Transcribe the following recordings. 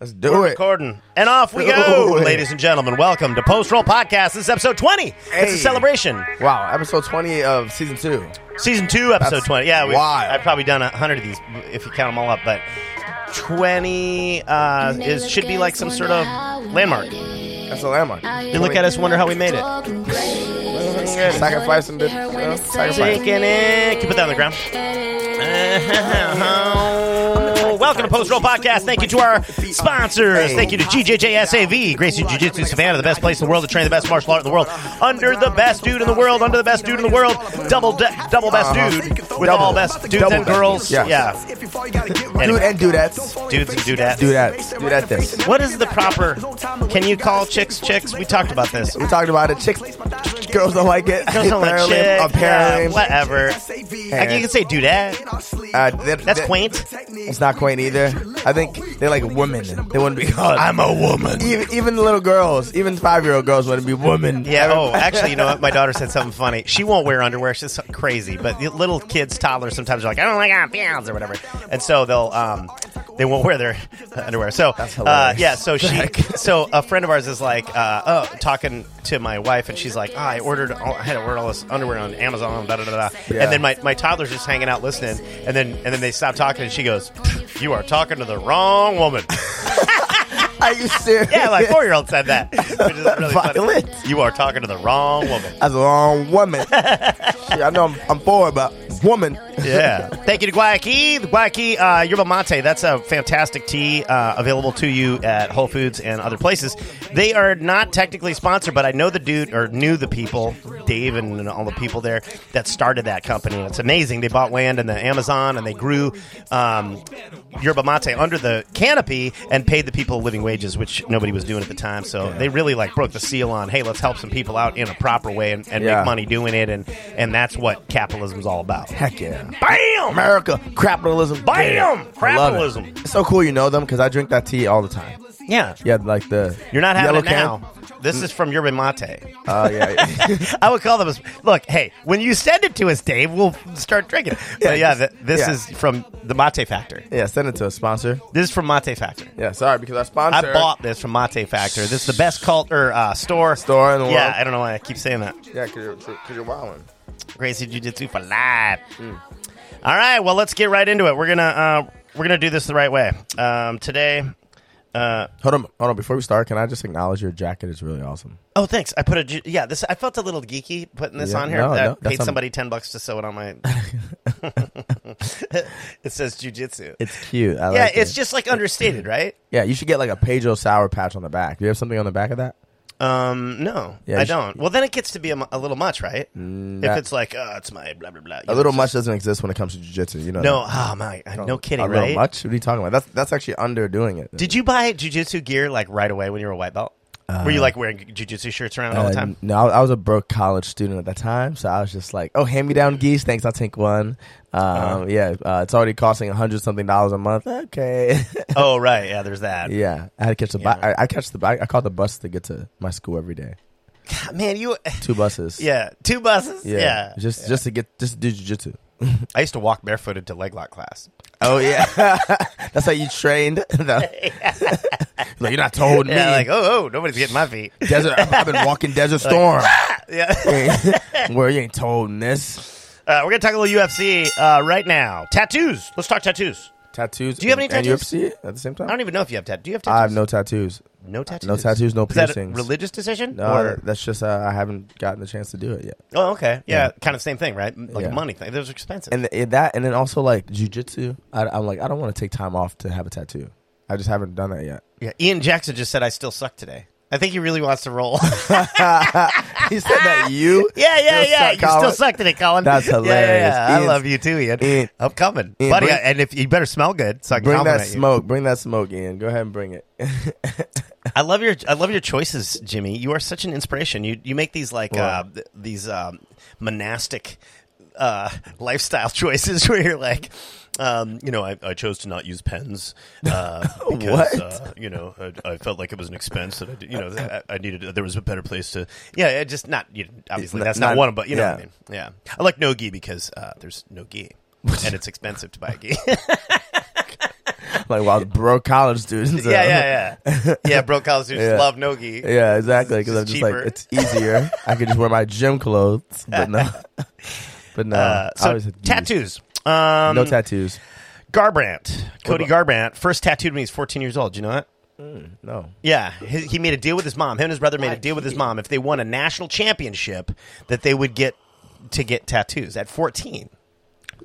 Let's do We're it. recording. And off we go, Do it. ladies and gentlemen. Welcome to Post Roll Podcast. This is episode 20. It's Hey. a celebration. Wow, episode 20 of season two. Season 2, episode That's 20. Yeah, we, wild. I've probably done a 100 of these if you count them all up, but 20 uh, is, should be like some sort of landmark. That's a landmark. They look at us, wonder how we made it. Sacrificing the you know, sacrifice. Thinking it. Can you put that on the ground? Eh, Welcome to Post Roll Podcast. Thank you to our sponsors. Thank you to GJJSAV, Gracie Jiu Jitsu Savannah, the best place in the world to train the best martial art in the world, under the best dude in the world, under the best dude in the world, double de- double best Uh-huh. dude with Double. all best dudes Double. and girls. Yeah. Yeah, Dude and dudettes. dudes and dudettes. Do that. Do that this. What is the proper? Can you call chicks chicks? We talked about this. We talked about it. Chicks, girls don't like it. Girls don't like Apparently- chick, yeah, Apparently. whatever. Like, you can say dudette. Uh, that- That's that- quaint. It's not quaint either. I think they like women. They wouldn't be called. I'm a woman. even even little girls, even five year old girls wouldn't be women. Yeah. Oh, actually, you know what? My daughter said something funny. She won't wear underwear. She's so- crazy. But the little kids, toddlers, sometimes are like, I don't like our pants or whatever, and so they'll um, they won't wear their underwear. So uh, hilarious. yeah. So she, so a friend of ours is like, uh, oh, talking to my wife, and she's like, oh, I ordered, all, I had to order all this underwear on Amazon, da da da da. Yeah. And then my my toddler's just hanging out listening, and then and then they stop talking, and she goes, you are talking to the wrong woman. Are you serious? Yeah, my four year old said that. Which is really funny. Violent. You are talking to the wrong woman. As a long woman. Shit, I know I'm, I'm forward, but woman. Yeah. Thank you to Guayaquil. The Guayaquil uh, Yerba Mate, that's a fantastic tea uh, available to you at Whole Foods and other places. They are not technically sponsored, but I know the dude or knew the people, Dave and, and all the people there that started that company. It's amazing. They bought land in the Amazon and they grew um, Yerba Mate under the canopy and paid the people living wages, which nobody was doing at the time. So they really like broke the seal on, hey, let's help some people out in a proper way and, and Yeah. make money doing it. And, and that's what capitalism's all about. Heck yeah. Bam! America, capitalism. Bam! I love it. Capitalism. It's so cool you know them because I drink that tea all the time. Yeah. Yeah, like the. You're not having yellow it now. This is from Yerba Mate. Can. Oh, yeah. I would call them. A, look, hey, when you send it to us, Dave, we'll start drinking. But yeah, th- this yeah. is from the Mate Factor. yeah, send it to a sponsor. This is from Mate Factor. Yeah, sorry, because our I sponsor. bought this from Mate Factor. This is the best cult or uh, store Store in the Yeah, world. I don't know why I keep saying that. Yeah, because you're, 'cause you're wilding. Gracie Jiu Jitsu for life. Mm. All right, well, let's get right into it. We're gonna uh, we're gonna do this the right way um, today. Uh, Hold on, hold on. Before we start, can I just acknowledge your jacket is really awesome? Oh, thanks. I put a ju- yeah. This I felt a little geeky putting this Yeah, on here. no, no, I that's paid not- somebody ten bucks to sew it on my. it says jujitsu. It's cute. I Yeah, like it's it. just like understated, right? Yeah, you should get like a Pedro sour patch on the back. Do you have something on the back of that? Um, no, Yeah, I you should- don't. Well, then it gets to be a, mu- a little much, right? if that- it's like, oh, it's my blah blah blah. A little much doesn't exist when it comes to jujitsu. You know. No, that. oh my, no kidding, A little right? much? What are you talking about? That's that's actually underdoing it. Did you buy jujitsu gear like right away when you were a white belt? Were Uh, you like wearing jujitsu shirts around all the time? no, I I was a broke college student at that time, so I was just like, "Oh, hand me down geese, thanks. I'll take one." Um, Uh-huh. Yeah, uh, it's already costing a hundred something dollars a month. Okay, oh right, yeah. There's that. yeah, I had to catch the Yeah. bus. I, I catch the I, I caught the bus to get to my school every day. Man, you. Two buses. Yeah, two buses. Yeah, just just to get just to do jujitsu. I used to walk barefooted to leg lock class. Oh yeah, that's how you trained. like you're not told me. Yeah, like oh, oh, nobody's getting my feet. desert. I've been walking desert storm. Yeah, Where you ain't told this. uh, we're gonna talk a little UFC uh, right now. Tattoos. Let's talk tattoos. Tattoos. Do you have any and- tattoos? And UFC at the same time. I don't even know if you have tattoos. Do you have tattoos? I have no tattoos. no tattoos. no tattoos, no Is that a piercings. religious decision? No, Or- that's just uh, I haven't gotten the chance to do it yet. oh, okay. Yeah, Yeah. kind of same thing, right? M- Like Yeah. a money thing. Those are expensive. And th- that, and then also like jujitsu. I- I'm like, I don't want to take time off to have a tattoo. I just haven't done that yet. yeah. Ian Jackson just said, "I still suck today." I think he really wants to roll. He said that you. yeah, yeah, Still yeah. suck, you still Colin. suck today, Colin. That's Yeah, yeah, hilarious. yeah. I Ian's- love you too, Ian. Ian- I'm coming, Ian, buddy. bring- and if you better smell good, so I can Bring that compliment you. smoke. Bring that smoke in. Go ahead and bring it. I love your I love your choices, Jimmy. You are such an inspiration. You you make these like uh, th- these um, monastic uh, lifestyle choices where you're like. Um, you know, I, I chose to not use pens uh, because What? Uh, you know I, I felt like it was an expense that I did, you know I, I needed. There was a better place to yeah, yeah, just not you know, obviously Not- that's not, not- one, but you know yeah. what I mean. Yeah, I like no gi because uh, there's no gi and it's expensive to buy a gi. like while broke college students. uh, Yeah, yeah, yeah. Yeah, broke college students Yeah. love Nogi. Yeah, exactly. Because I'm It's just cheaper. like, it's easier. I could just wear my gym clothes, but no, but no. Uh, I so always had to use- tattoos. Um, No tattoos. Garbrandt, Cody Garbrandt, first tattooed when he was 14 years old. Do you know that? No. Yeah, he, he made a deal with his mom. Him and his brother made a deal with his mom if they won a national championship that they would get to get tattoos at 14.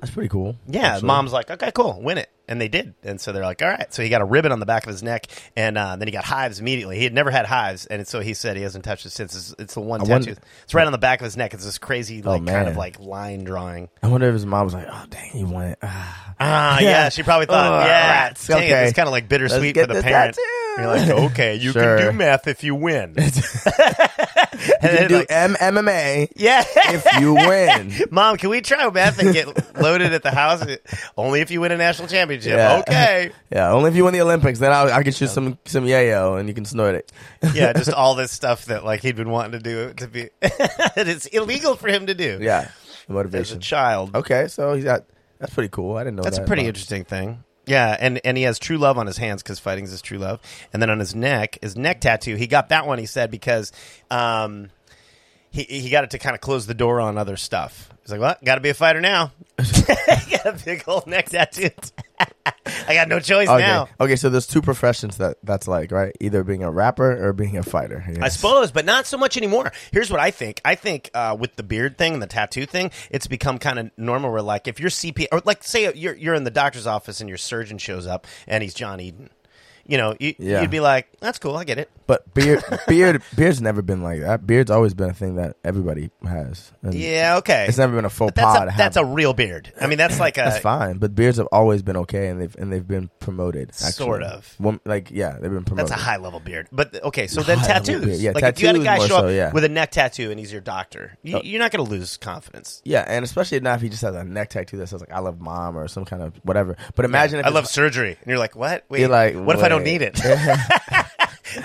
That's pretty cool. Yeah, actually. mom's like, okay, cool, win it, and they did, and so they're like, all right. So he got a ribbon on the back of his neck, and uh, then he got hives immediately. He had never had hives, and so he said he hasn't touched it since. It's, it's the one wonder- Oh, tattoo. It's right on the back of his neck. It's this crazy, like, kind of man. like line drawing. I wonder if his mom was like, oh, dang, he won it. Ah, Ah, yeah. Yeah. she probably thought, Oh, yeah, rats. dang it, Okay. it's kind of like bittersweet get for the this parent. tattoo. You're like, okay, you can Sure. do math if you win. and you then do e-, like, M- MMA yeah. if you win. Mom, can we try math and get loaded at the house? Only if you win a national championship. Yeah. Okay. Yeah, only if you win the Olympics. Then I'll, I'll get you some some yayo and you can snort it. yeah, just all this stuff that like he'd been wanting to do to be that it's illegal for him to do. Yeah, the As a motivation. child. Okay, so he's got that's pretty cool. I didn't know That's a that pretty about- interesting thing. Yeah, and, and he has true love on his hands because fighting's his true love. And then on his neck, his neck tattoo, he got that one, he said, because um, he, he got it to kind of close the door on other stuff. He's like, well, got to be a fighter now. got a big old neck tattoo. I got no choice Okay. now. okay, so there's two professions that that's like right, either being a rapper or being a fighter. I Yes. suppose, but not so much anymore. Here's what I think. I think uh, with the beard thing and the tattoo thing, it's become kind of normal. Where like if your CP or like say you're you're in the doctor's office and your surgeon shows up and he's John Eden, you know, you, Yeah. you'd be like, "That's cool, I get it." But beard, beard, beard's never been like that. Beard's always been a thing that everybody has. And Yeah, okay. it's never been a faux But that's pas. a, to that's a have- real beard. I mean, that's like a that's fine. But beards have always been okay, and they've and they've been promoted. Actually. Sort of. Wom- like yeah, they've been promoted. that's a high level beard. But okay, so then High level beard. tattoos. Yeah, like if you had a tattoos guy more show up so, yeah. Oh. with a neck tattoo and he's your doctor, you, you're not going to lose confidence. yeah, and especially now if he just has a neck tattoo that says like "I love mom" or some kind of whatever. But imagine if I it's- love surgery, and you're like, "What? Wait, You're like, what if I don't wait. need it?"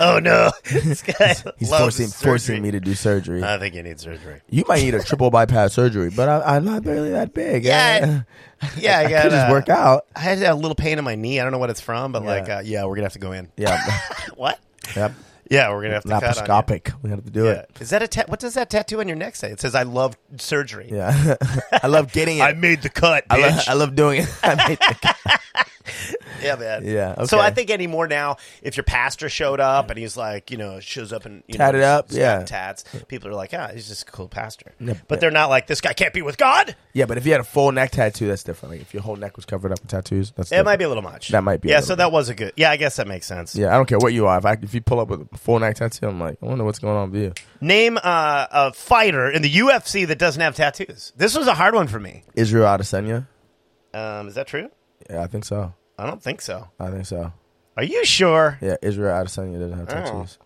oh no, this guy he's loves forcing surgery. Uh, forcing me to do surgery. I think he needs surgery. you might need a triple bypass surgery, but I, I'm not barely that big. Yeah, Yeah, I I got. could just uh, work out. I had a little pain in my knee. I don't know what it's from, but Yeah. like, uh, yeah, we're gonna have to go in. Yeah, what? yep. Yeah, we're gonna have to cut on you. laparoscopic. We have to do Yeah. it. Is that a ta- what does that tattoo on your neck say? It says, "I love surgery." Yeah, I love getting it. I made the cut, I, lo- bitch. I love doing it. I made the- yeah, man. Yeah, So okay. I think anymore now, if your pastor showed up and he's like, you know, shows up and you Tatted know, up, he's got yeah. tats. People are like, ah, he's just a cool pastor. Yeah, but they're not like, this guy can't be with God. yeah, but if you had a full neck tattoo, that's different. Like if your whole neck was covered up with tattoos, that's It different. might be a little much. That might be a Yeah. little So that was a good. Yeah, I guess that makes sense. Yeah, I don't care what you are. If I, if you pull up with a full neck tattoo, I'm like, I wonder what's going on with you. Name uh, a fighter in the UFC that doesn't have tattoos. This was a hard one for me. Israel Adesanya. Um, is that true? Yeah, I think so. I don't think so. I think so. Are you sure? Yeah, Israel Adesanya doesn't have tattoos.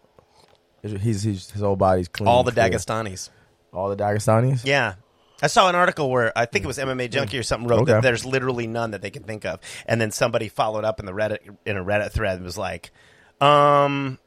Israel, he's, he's his whole body's clean. Oh. All the clear. Dagestanis. All the Dagestanis. Yeah. I saw an article where I think it was MMA Junkie or something wrote that Okay. there's literally none that they can think of, and then somebody followed up in the Reddit in a Reddit thread and was like, um,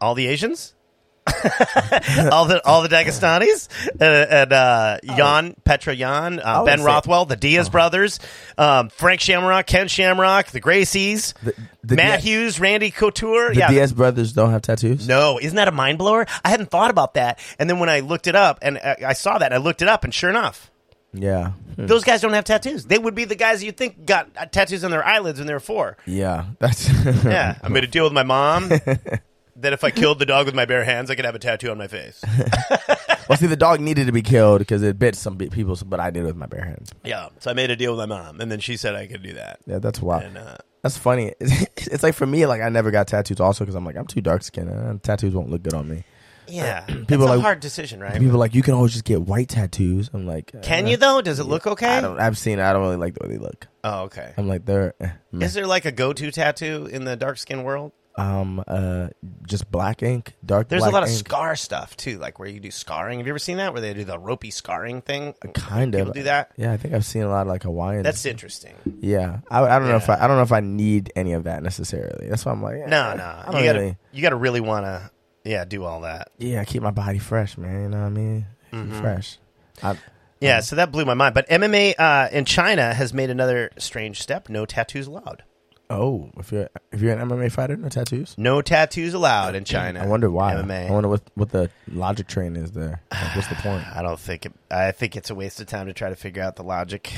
all the Asians, all the all the Dagestanis, and, and uh, Oh. Jan Petra Jan, uh, would Ben say- Rothwell, the Oh. Diaz brothers, um, Frank Shamrock, Ken Shamrock, the Gracies, The- the Matt Diaz- Hughes, Randy Couture, The yeah, Diaz brothers don't have tattoos. no, isn't that a mind blower? I hadn't thought about that, and then when I looked it up and uh, I, I saw that, I looked it up, and sure enough. Yeah. Hmm. Those guys don't have tattoos. They would be the guys you think got uh, tattoos on their eyelids when they were four. Yeah. That's. Yeah, I made a deal with my mom that if I killed the dog with my bare hands, I could have a tattoo on my face. well, see, the dog needed to be killed because it bit some bi- people, but I did it with my bare hands. Yeah, so I made a deal with my mom, and then she said I could do that. Yeah, that's wild. And uh, That's funny. It's, it's like for me, like I never got tattoos also because I'm like I'm too dark skinned and tattoos won't look good on me. yeah, it's Uh, People a like- hard decision, right? People are like you can always just get white tattoos. I'm like, Can eh, you though? Does it look okay? I don't. I've seen. it. I don't really like the way they look. Oh, okay. I'm like they're eh, meh. Is there like a go-to tattoo in the dark skin world? um uh just black ink, dark. There's black a lot of ink. scar stuff too, like where you do scarring. Have you ever seen that? Where they do the ropey scarring thing? kind of People do that. Yeah, I think I've seen a lot of like Hawaiian. That's interesting. yeah. I, I don't know if Yeah. I, I don't know if I need any of that necessarily. That's why I'm like eh, No, I no. don't You gotta, really- you gotta really wanna, yeah, do all that. yeah keep my body fresh, man. You know what I mean? Keep Mm-hmm. it Fresh. I, Uh-huh. Yeah, so that blew my mind. But MMA uh, in China has made another strange step: no tattoos allowed. Oh, if you're if you're an MMA fighter, no tattoos. No tattoos allowed in China. I wonder why. MMA. I wonder what what the logic train is there. Like, what's the point? I don't think it, I think it's a waste of time to try to figure out the logic.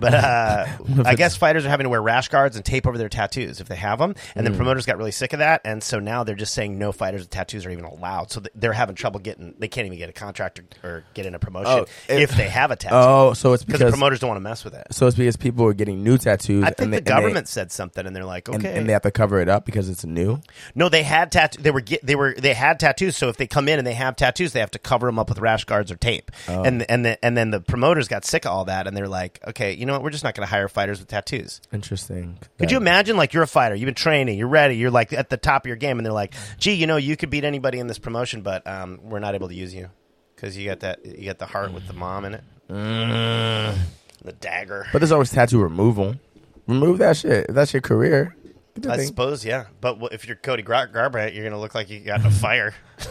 but uh, I guess fighters are having to wear rash guards and tape over their tattoos if they have them. And Hmm. the promoters got really sick of that, and so now they're just saying no fighters with tattoos are even allowed. So th- they're having trouble getting. They can't even get a contract or, or get in a promotion Oh, it- if they have a tattoo Oh, so it's because the because promoters don't want to mess with it. so it's because people are getting new tattoos. I think and they- the and they- government said something, and they're like, okay, and, and they have to cover it up because it's new. No, they had tattoo. They were get- they were they had tattoos. So if they come in and they have tattoos, they have to cover them up with rash guards or tape. Oh. And and the, and then the promoters got sick of all that, and they're like, okay, you know what? We're just not going to hire fighters with tattoos. Interesting. Could you imagine? Like you're a fighter, you've been training, you're ready, you're like at the top of your game, and they're like, gee, you know, you could beat anybody in this promotion, but um, we're not able to use you because you got that you got the heart with the mom in it, Mm-hmm. the dagger. But there's always tattoo removal. Remove that shit. If that's your career. Good I thing. suppose, yeah. But wh- if you're Cody Gar- Garbrandt, you're going to look like you got in a fire.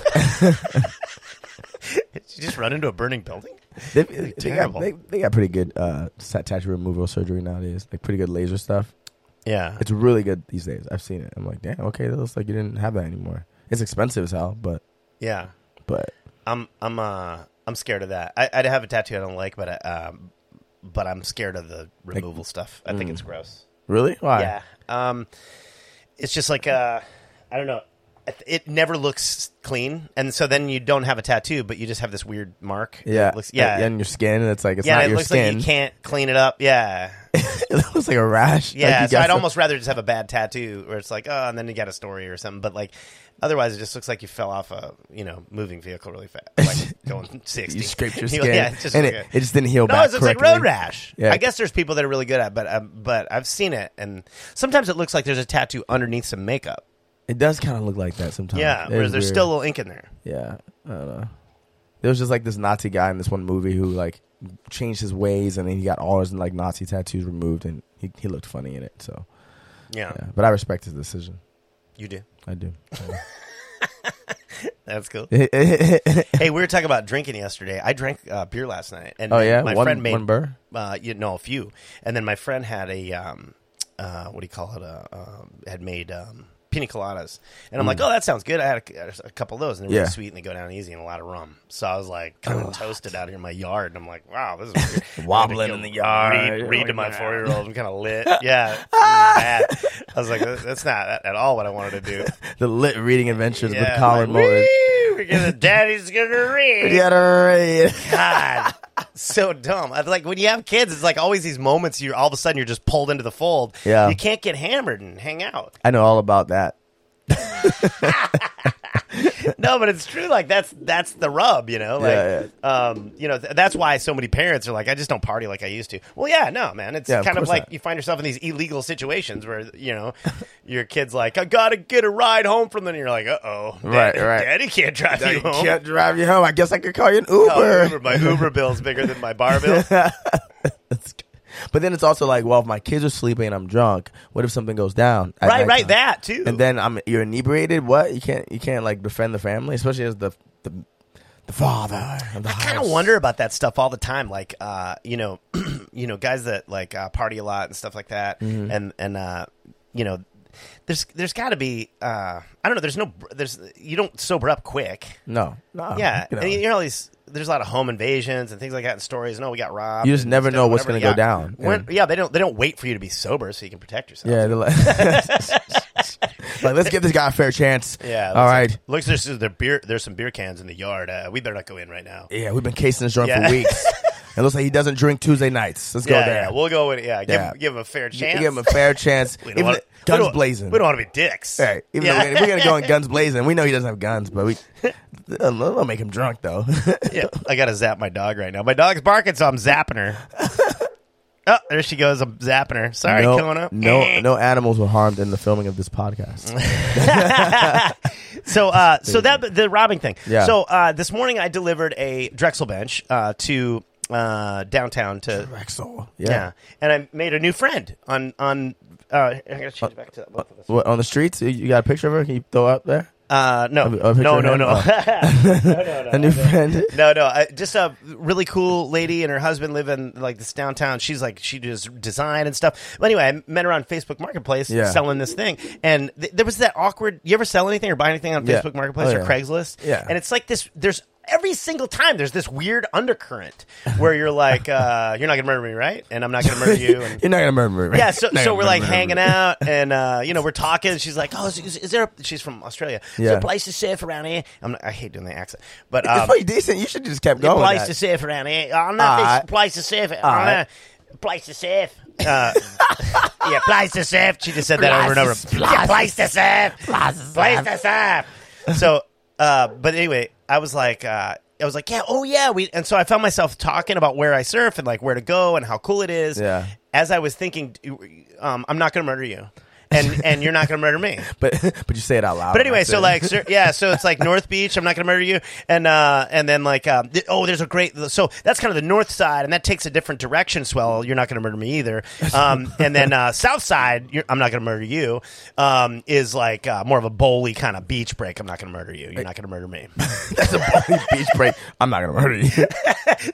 Did you just run into a burning building? They, they, got, terrible. they, they got pretty good uh, sat- tattoo removal surgery nowadays. Like pretty good laser stuff. Yeah. It's really good these days. I've seen it. I'm like, damn, okay, that looks like you didn't have that anymore. It's expensive as hell, but Yeah. but I'm I'm uh I'm scared of that. I I'd have a tattoo I don't like, but I, um but I'm scared of the removal stuff. I think it's gross. really, Mm. why? Yeah. Um it's just like uh I don't know. It- It never looks clean, and so then you don't have a tattoo, but you just have this weird mark. Yeah, It looks, yeah, And your skin, and it's like it's yeah. not and it your looks skin. like you can't clean it up. Yeah, it looks like a rash. Yeah, like you so got I'd some- almost rather just have a bad tattoo where it's like, oh, and then you got a story or something. But like, otherwise, it just looks like you fell off a you know moving vehicle really fast, like going sixty. you scraped your Yeah, skin, yeah, it's just and like it, a- it just didn't heal no, back. it's it's like correctly. road rash. Yeah. I guess there's people that are really good at, it, but um, but I've seen it, and sometimes it looks like there's a tattoo underneath some makeup. It does kind of look like that sometimes. Yeah, Oh, It whereas is there's weird. still a little ink in there. Yeah, I don't know. There was just like this Nazi guy in this one movie who like changed his ways, and then he got all his like Nazi tattoos removed, and he he looked funny in it. So, Yeah, yeah. but I respect his decision. you do. I do. That's cool. oh hey, we were talking about drinking yesterday. I drank uh, beer last night, and yeah, my one, friend made one burr. uh, you know, a few. And then my friend had a, um, uh, what do you call it? Uh, um, had made um, pina coladas, and I'm like, oh, that sounds good. I had a, a couple of those, and Mm. they're Yeah. Oh, really sweet, and they go down easy, and a lot of rum. So I was like, kind of toasted out here in my yard, and I'm like, wow, this is weird. Wobbling I'm gonna in the go yard. Read, read to my Yeah. four year old. I'm kind of lit. Yeah, mad. I was like, that's not at all what I wanted to do. The lit reading adventures Yeah, with Colin like, Mullins. "Woo, we're gonna- Daddy's gonna read. Yeah, right. God. So dumb. I- Like when you have kids, it's like always these moments you all of a sudden you're just pulled into the fold. Yeah. You can't get hammered and hang out. I know all about that. No, but it's true. Like that's that's the rub, you know? Like Yeah, um, you know, th- that's why so many parents are like, I just don't party like I used to. Well, yeah, no, man. It's Yeah, of kind of course like not. you find yourself in these illegal situations where, you know, your kid's like, I gotta get a ride home from then you're like, uh oh. Right, right. Daddy can't drive you home. can't drive you home. I guess I could call you an Uber. Oh, Uber. My Uber bill's bigger than my bar bill. That's good. but then it's also like, well, if my kids are sleeping and I'm drunk, what if something goes down? at right, right, nighttime? that too. And then I'm you're inebriated. What you can't you can't like defend the family, especially as the the, the father. Of the I kind of wonder about that stuff all the time. Like, uh, you know, you know, guys that like uh, party a lot and stuff like that, Mm-hmm. and and uh, you know, there's there's got to be uh, I don't know. There's no there's you don't sober up quick. No, no. Yeah, you, know. and you know all these. There's a lot of home invasions and things like that in stories. No, we got robbed. You just and never know what's whatever. gonna go Yeah. down. When, And- yeah, they don't. They don't wait for you to be sober so you can protect yourself. yeah. They're like, like, let's give this guy a fair chance. Yeah. All right. Looks like, looks, there's, there beer, there's some beer cans in the yard. Uh, we better not go in right now. yeah, we've been casing this joint Yeah. for weeks. it looks like he doesn't drink Tuesday nights. Let's yeah, go there. yeah, we'll go in. Yeah, give, Yeah. give him a fair Gi- chance. Give him a fair chance. We don't even wanna- if- guns we don't- blazing. We don't want to be dicks. All right, even yeah. though we're gonna, we're gonna go in guns blazing, we know he doesn't have guns, but we will make him drunk though. Yeah. I gotta zap my dog right now. My dog's barking, so I'm zapping her. oh, there she goes. I'm zapping her. Sorry, no, coming up. Eh. no, no animals were harmed in the filming of this podcast. So, uh, so that the robbing thing. Yeah. So uh, this morning I delivered a Drexel bench uh, to uh, downtown to. Rexall, Yeah. yeah. and I made a new friend on on. Uh, I gotta change back to that. both of us. What on the streets? You- You got a picture of her? Can you throw up there? Uh, no, A- a picture no, of no, him? Oh. no. a new friend. No, no, I, just a really cool lady and her husband live in like this downtown. She's like she does design and stuff. But anyway, I met her on Facebook Marketplace Yeah. selling this thing, and th- there was that awkward. You ever sell anything or buy anything on Yeah. Facebook Marketplace Oh, or yeah. Craigslist? Yeah. and it's like this. There's every single time there's this weird undercurrent where you're like, uh, you're not gonna murder me, right? And I'm not gonna murder you. And, You're not gonna murder me. yeah, so, Not so gonna we're like murder me. hanging out, and uh, you know we're talking. And she's like, "Oh, is, is, is there?" A, she's from Australia. Is there Yeah. a place to surf around here? I'm not, I hate doing the accent, but It's um, pretty decent. You should just kept the going. with place that. to surf around here. I know this Alright. place to surf. I Alright. know place to surf. Uh, yeah, place to surf. She just said that over and over. Place to- Yeah, place to surf. Place to Place to surf. So, uh, but anyway, I was like. Uh, I was like, yeah, oh yeah, we, and so I found myself talking about where I surf and like where to go and how cool it is. Yeah. As I was thinking, um, I'm not gonna murder you, and and you're not gonna murder me. but but you say it out loud. But anyway, That's so it. like, sir, yeah, so it's like North Beach. I'm not gonna murder you, and uh, and then like, um, th- oh, there's a great. So that's kind of the north side, and that takes a different direction. Swell, you're not gonna murder me either. Um, and then uh, south side, you're, I'm not gonna murder you. Um, is like uh, more of a bowly kind of beach break. I'm not gonna murder you. You're not gonna murder me. that's a bowling beach break. I'm not gonna murder you.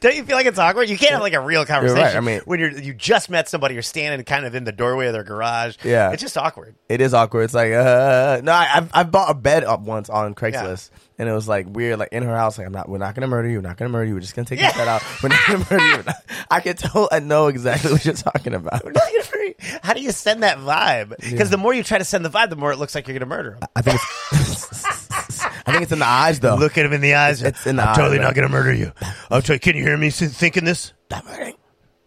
Don't you feel like it's awkward? You can't have like a real conversation I mean- when you're you just met somebody. You're standing kind of in the doorway of their garage. Yeah. it's just awkward. It is awkward. It's like uh no. I I've- I bought a bed up once on Craigslist, and it was like weird. Like in her house, like I'm not. We're not gonna murder you. We're not gonna murder you. We're just gonna take Yeah. this bed out. We're not gonna murder you. We're not- I can tell. I know exactly what you're talking about. How do you send that vibe? Because the more you try to send the vibe, the more it looks like you're going to murder him. I think it's. I think it's in the eyes though. Look at him in the eyes. It's in the I'm eye, totally man. not going to murder you. I'm t- can you hear me sin- thinking this?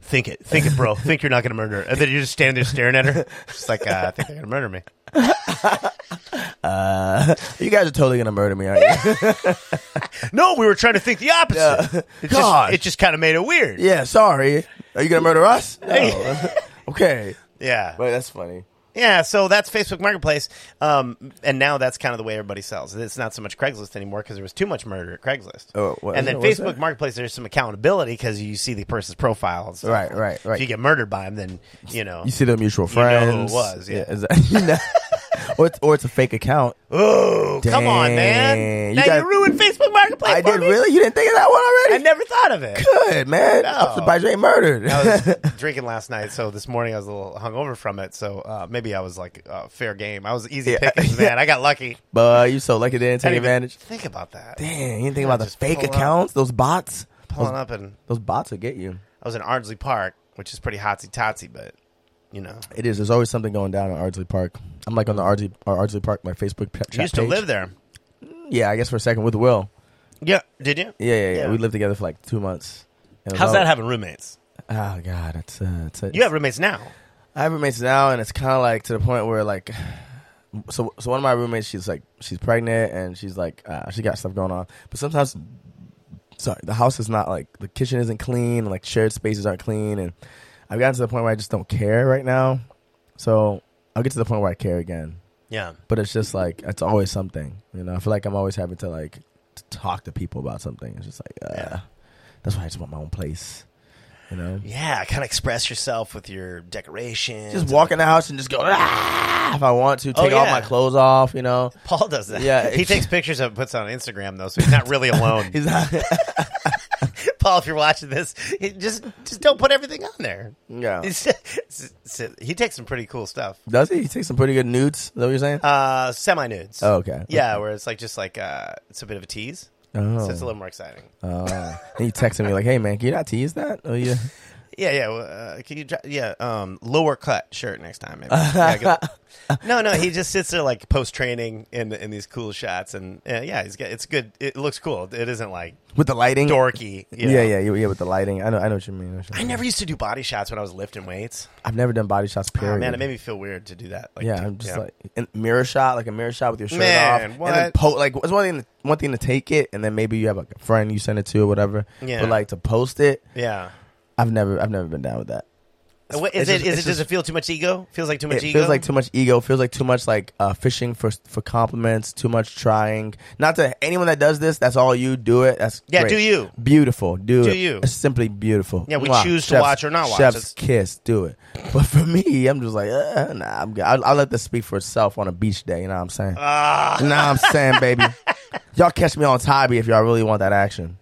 Think it. Think it, bro. think you're not going to murder her. And then you're just standing there staring at her. Just like, uh, I think they're going to murder me. You guys are totally gonna murder me, aren't you? No, we were trying to think the opposite. Yeah. It just, God. it just kind of made it weird. Yeah. yeah. Sorry. Are you gonna murder us? No. okay. Yeah. Wait, that's funny. So that's Facebook Marketplace. Um, and now that's kind of the way everybody sells. It's not so much Craigslist anymore because there was too much murder at Craigslist. Oh, what- and then what's Facebook that? Marketplace, there's some accountability because you see the person's profile. and stuff. Right, right, right. If you get murdered by him, then, you know. You see their mutual know who friends. it was, yeah. exactly. You know. or, it's, or it's a fake account. Oh, come on, Dang. man. now You you, gotta- ruined Facebook Marketplace. I for did me. really. You didn't think of that one I already? never thought of it. Good man. No. I'm surprised you ain't murdered. I was drinking last night, so this morning I was a little hungover from it. So uh, maybe I was like uh, fair game. I was easy Yeah. pickings, man. I got lucky. but you so lucky they didn't I take didn't even advantage. Think about that. Dang, you didn't think about the just fake pull up. accounts, those bots. Pulling up and Those bots will get you. I was in Ardsley Park, which is pretty hotsy totsy, but you know, It is. There's always something going down at Ardsley Park. I'm like on the Ardsley, or Ardsley Park, my Facebook chat you used to page. live there. Yeah, I guess for a second with Will. Yeah, did you? Yeah, yeah, yeah. Yeah. We lived together for like two months. And it was How's all- that having roommates? Oh God, it's uh, it's, it's You have roommates now. I have roommates now, and it's kind of like to the point where like, so so one of my roommates, she's like she's pregnant and she's like uh, she got stuff going on, but sometimes, sorry, the house is not like the kitchen isn't clean, and, like shared spaces aren't clean, and I've gotten to the point where I just don't care right now. So I'll get to the point where I care again, Yeah. but it's just like it's always something, you know. I feel like I'm always having to like t- talk to people about something. It's just like uh, Yeah. that's why I just want my own place, you know. Yeah, kind of express yourself with your decorations. just walk in the house and just go "Ah," if I want to. Oh, Take all yeah. my clothes off, you know. Paul does that. Yeah, he it- takes pictures of it, puts it on Instagram though, so he's not really alone. He's not. Paul, if you're watching this, he- just just don't put everything on there. yeah. He's- he takes some pretty cool stuff. Does he? He takes some pretty good nudes. Is that what you're saying? Uh, semi nudes. oh, okay. Yeah, where it's like just like uh, it's a bit of a tease, Oh. so it's a little more exciting. Oh. and you texted me like, "Hey man, can you not tease that?" Oh yeah. Yeah, yeah. well, Uh, can you? Try, yeah, um, lower cut shirt next time. Maybe. Yeah, go- no, no. He just sits there like post training in in these cool shots, and uh, yeah, he's got it's good. It looks cool. It isn't like With the lighting. dorky. you know. Yeah, yeah, yeah, yeah. With the lighting, I know, I know what you mean. I never used to do body shots when I was lifting weights. I've never done body shots. Period. Oh, man, it made me feel weird to do that. Like, yeah, to- I'm just yeah. like and mirror shot, like a mirror shot with your shirt Man, off, and then what? po- like it's one thing, to, one thing to take it, and then maybe you have like a friend you send it to or whatever. Yeah. But like to post it, yeah. I've never, I've never been down with that. What- Is it's it? just- is it's it? Does it feel too much ego? Feels like too much it ego. feels like too much ego. Feels like too much like uh, fishing for for compliments. Too much trying. Not to anyone that does this. That's all you do it. That's Yeah, great. do you. beautiful? Do, Do it. you. It's simply beautiful. Yeah, we Mwah. choose to Chef's- watch or not watch. Chef's It's- kiss. Do it. But for me, I'm just like, uh, nah. I'm good. I'll, I'll let this speak for itself on a beach day. You know what I'm saying? Ah. You know what I'm saying, baby. Y'all catch me on Tybee if y'all really want that action.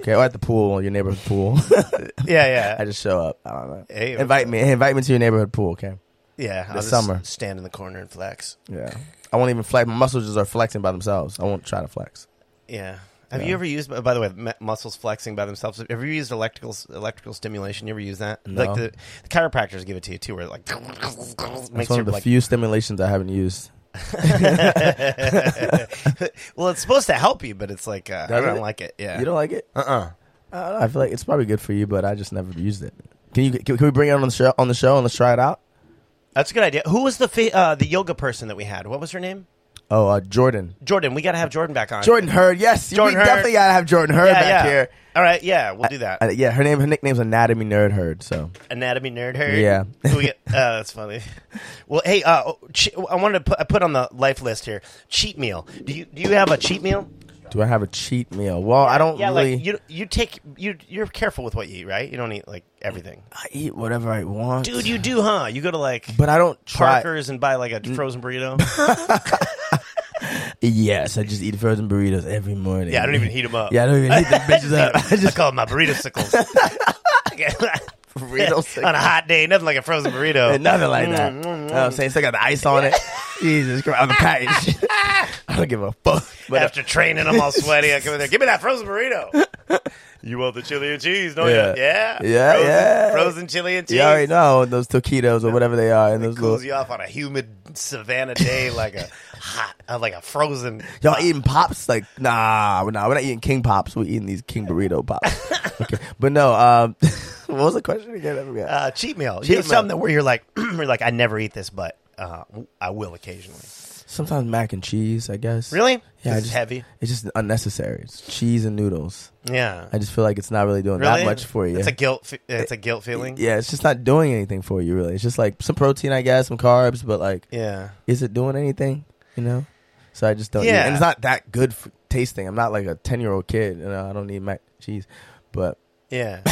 Okay, or at the pool, your neighborhood pool. yeah, yeah, I just show up. I don't know. Hey, invite me. Invite me to your neighborhood pool. Okay. yeah. I'll just summer. stand in the corner and flex. Yeah. I won't even flex. My muscles just are flexing by themselves. I won't try to flex. Yeah. Have you ever used? By the way, mu- muscles flexing by themselves. Have you used electrical electrical stimulation? You ever use that? No. Like the, the chiropractors give it to you too, where it like It's makes one your of the like. few stimulations I haven't used. well, it's supposed to help you, but it's like uh, I Does don't it? like it. Yeah. You don't Uh-uh. like it? Uh. uh I don't know. I feel like it's probably good for you, but I just never used it. Can you? Can, can we bring it on the show? On the show, and let's try it out. That's a good idea. Who was the fa- uh, the yoga person that we had? What was her name? Oh, uh, Jordan. Jordan. We got to have Jordan back on. Jordan Hurd. Yes, Jordan we Hurd. definitely gotta have Jordan Hurd Yeah, back yeah. here. All right. Yeah, we'll do that. Uh, yeah, her name. Her nickname's Anatomy Nerd Hurd. So Anatomy nerd herd. Yeah. we get, oh, that's funny. Well, hey, uh, oh, che- I wanted to put, I put on the life list here. Cheat meal. Do you do you have a cheat meal? do I have a cheat meal? Well, I don't Yeah, really. like you you take you you're careful with what you eat, right? You don't eat like everything. I eat whatever I want, Dude, you do, huh? You go to like But I don't try. Parker's and buy like a frozen burrito. Yes, I just eat frozen burritos every morning. Yeah, I don't even heat them up. Yeah, I don't even heat the bitches up. I just call them my burrito sickles. Burrito on a hot day, nothing like a frozen burrito. Mm-hmm. And nothing like that. Mm, You know what I'm saying? Still got the ice on it. Jesus Christ, on the package. I don't give a fuck. But uh, After training, I'm all sweaty. I come in there, give me that frozen burrito. you want the chili and cheese, don't Yeah. you? Yeah, Yeah, frozen, yeah. Frozen chili and cheese. uh, you already know those taquitos or whatever they are, and those Cools little you off on a humid savannah day like a hot, uh, like a frozen. y'all eating pops. Like nah, nah, we're not eating king pops. We're eating these king burrito pops. okay, but no. Um, what was the question again? I forgot. uh, cheat meal. Cheat you have meal. something where you're like, you're like, I never eat this, but uh, I will occasionally. Sometimes mac and cheese, I guess. Really? Yeah, I This is just- heavy. It's just unnecessary. It's cheese and noodles. Yeah, I just feel like it's not really doing really? that much for you. It's a guilt. fe- It's a guilt feeling. yeah, it's just not doing anything for you really. It's just like some protein, I guess, some carbs, but like yeah. is it doing anything? You know, so I just don't. Yeah, Yeah. and it's not that good for tasting. I'm not like a ten year old kid. You know, I don't need mac and cheese, but Yeah.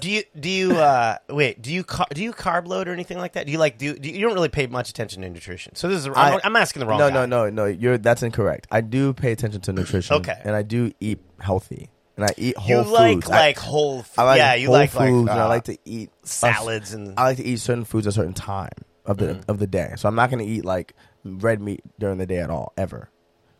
do you do you uh wait do you car- do you carb load or anything like that? Do you like do, do you, you don't really pay much attention to nutrition? So this is I, am asking the wrong. No, no, guy. no, no. You're that's incorrect. I do pay attention to nutrition. Okay. and I do eat healthy, and I eat You whole like foods. like whole. I, I like yeah, you whole like foods, like and I uh, like to eat a- salads and Mm. I like to eat certain foods at a certain time of the of the day. So I'm not going to eat like red meat during the day at all ever.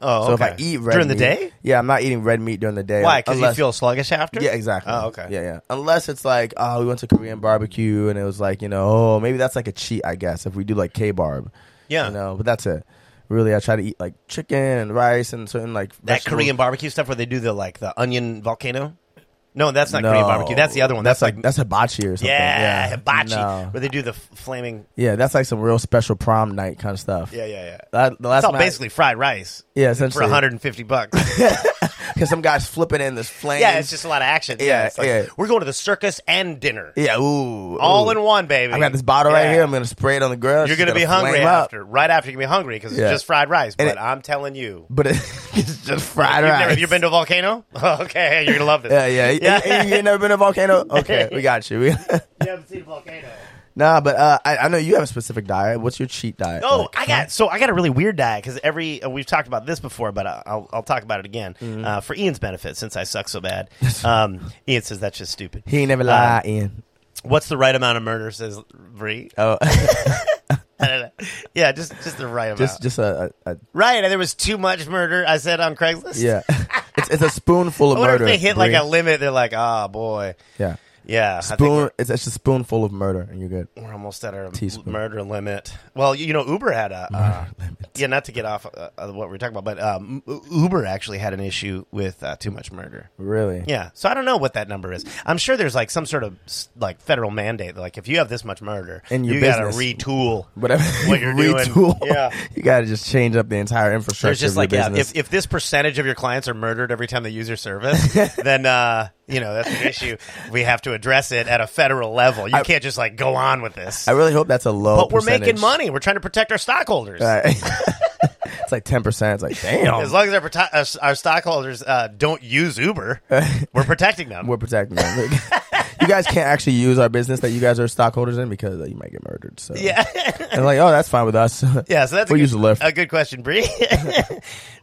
oh. So if I okay. eat red during meat, the day, yeah, I'm not eating red meat during the day. why? Because you unless- feel sluggish after. Yeah, exactly. Oh, okay. Yeah, yeah. Unless it's like, oh, we went to Korean barbecue and it was like, you know, oh, maybe that's like a cheat, I guess, if we do like K barb. Yeah. You know, but that's it. Really, I try to eat like chicken and rice and certain like That vegetables. Korean barbecue stuff where they do the like the onion volcano. No, that's not Korean barbecue. That's the other one. That's, like, like. that's hibachi or something. yeah, hibachi, No. where they do the f- flaming. Yeah, that's like some real special prom night kind of stuff. Yeah, yeah, yeah. That, the It's last all night- basically fried rice yeah, for essentially 150 bucks. because some guys flipping in this flame. Yeah, it's just a lot of action. Yeah, Yeah, it's like, yeah. we're going to the circus and dinner, yeah, ooh, all ooh. in one, baby. I got this bottle Yeah. right here. I'm gonna spray it on the grill. You're going gonna to be hungry up. after, right after. You're gonna be hungry because Yeah. it's just fried rice. But it- I'm telling you, but it, it's just fried you've rice. never, have you been to a volcano? okay, you're gonna love this. Yeah, yeah. yeah. You, you ain't never been to a volcano? Okay, we got you. We- You haven't seen a volcano. nah, but uh, I, I know you have a specific diet. What's your cheat diet? Oh, like? I got so I got a really weird diet because every uh, we've talked about this before, but I- I'll, I'll talk about it again Mm-hmm. uh, for Ian's benefit since I suck so bad. Um, Ian says that's just stupid. He ain't never Uh, lie in. What's the right amount of murder? Says Bree. Oh, I don't know. Yeah, just just the right amount. just just a, a, a Right, and there was too much murder. I said on Craigslist. yeah. it's, it's a spoonful of I wonder murder. if they hit like Bree. a limit. They're like, ah, boy, yeah yeah. I think spoon. we're, It's, it's a spoonful of murder, and you're good. we're almost at our Teaspoon. murder limit. Well, you, you know, Uber had a uh, yeah. Not to get off uh, of what we we're talking about, but um, U- Uber actually had an issue with uh, too much murder. Really? Yeah, so I don't know what that number is. I'm sure there's like some sort of s- like federal mandate. Like if you have this much murder, In your you got to business. retool. Whatever. What you're doing. Retool. Yeah. You gotta just change up the entire infrastructure. There's just of like your yeah, business. if, if this percentage of your clients are murdered every time they use your service, then uh, you know, that's an issue. We have to address it at a federal level. You I- can't just like go on with this. I really hope that's a low. but we're making percentage. money. We're trying to protect our stockholders. Right. it's like ten percent. It's like damn. As long as our, prote- our, our stockholders uh, don't use Uber, we're protecting them. We're protecting them. Look, you guys can't actually use our business that you guys are stockholders in because uh, you might get murdered. So yeah. and like, oh, that's fine with us. Yeah, so that's We'll a, use good, the left. a good question, Bree.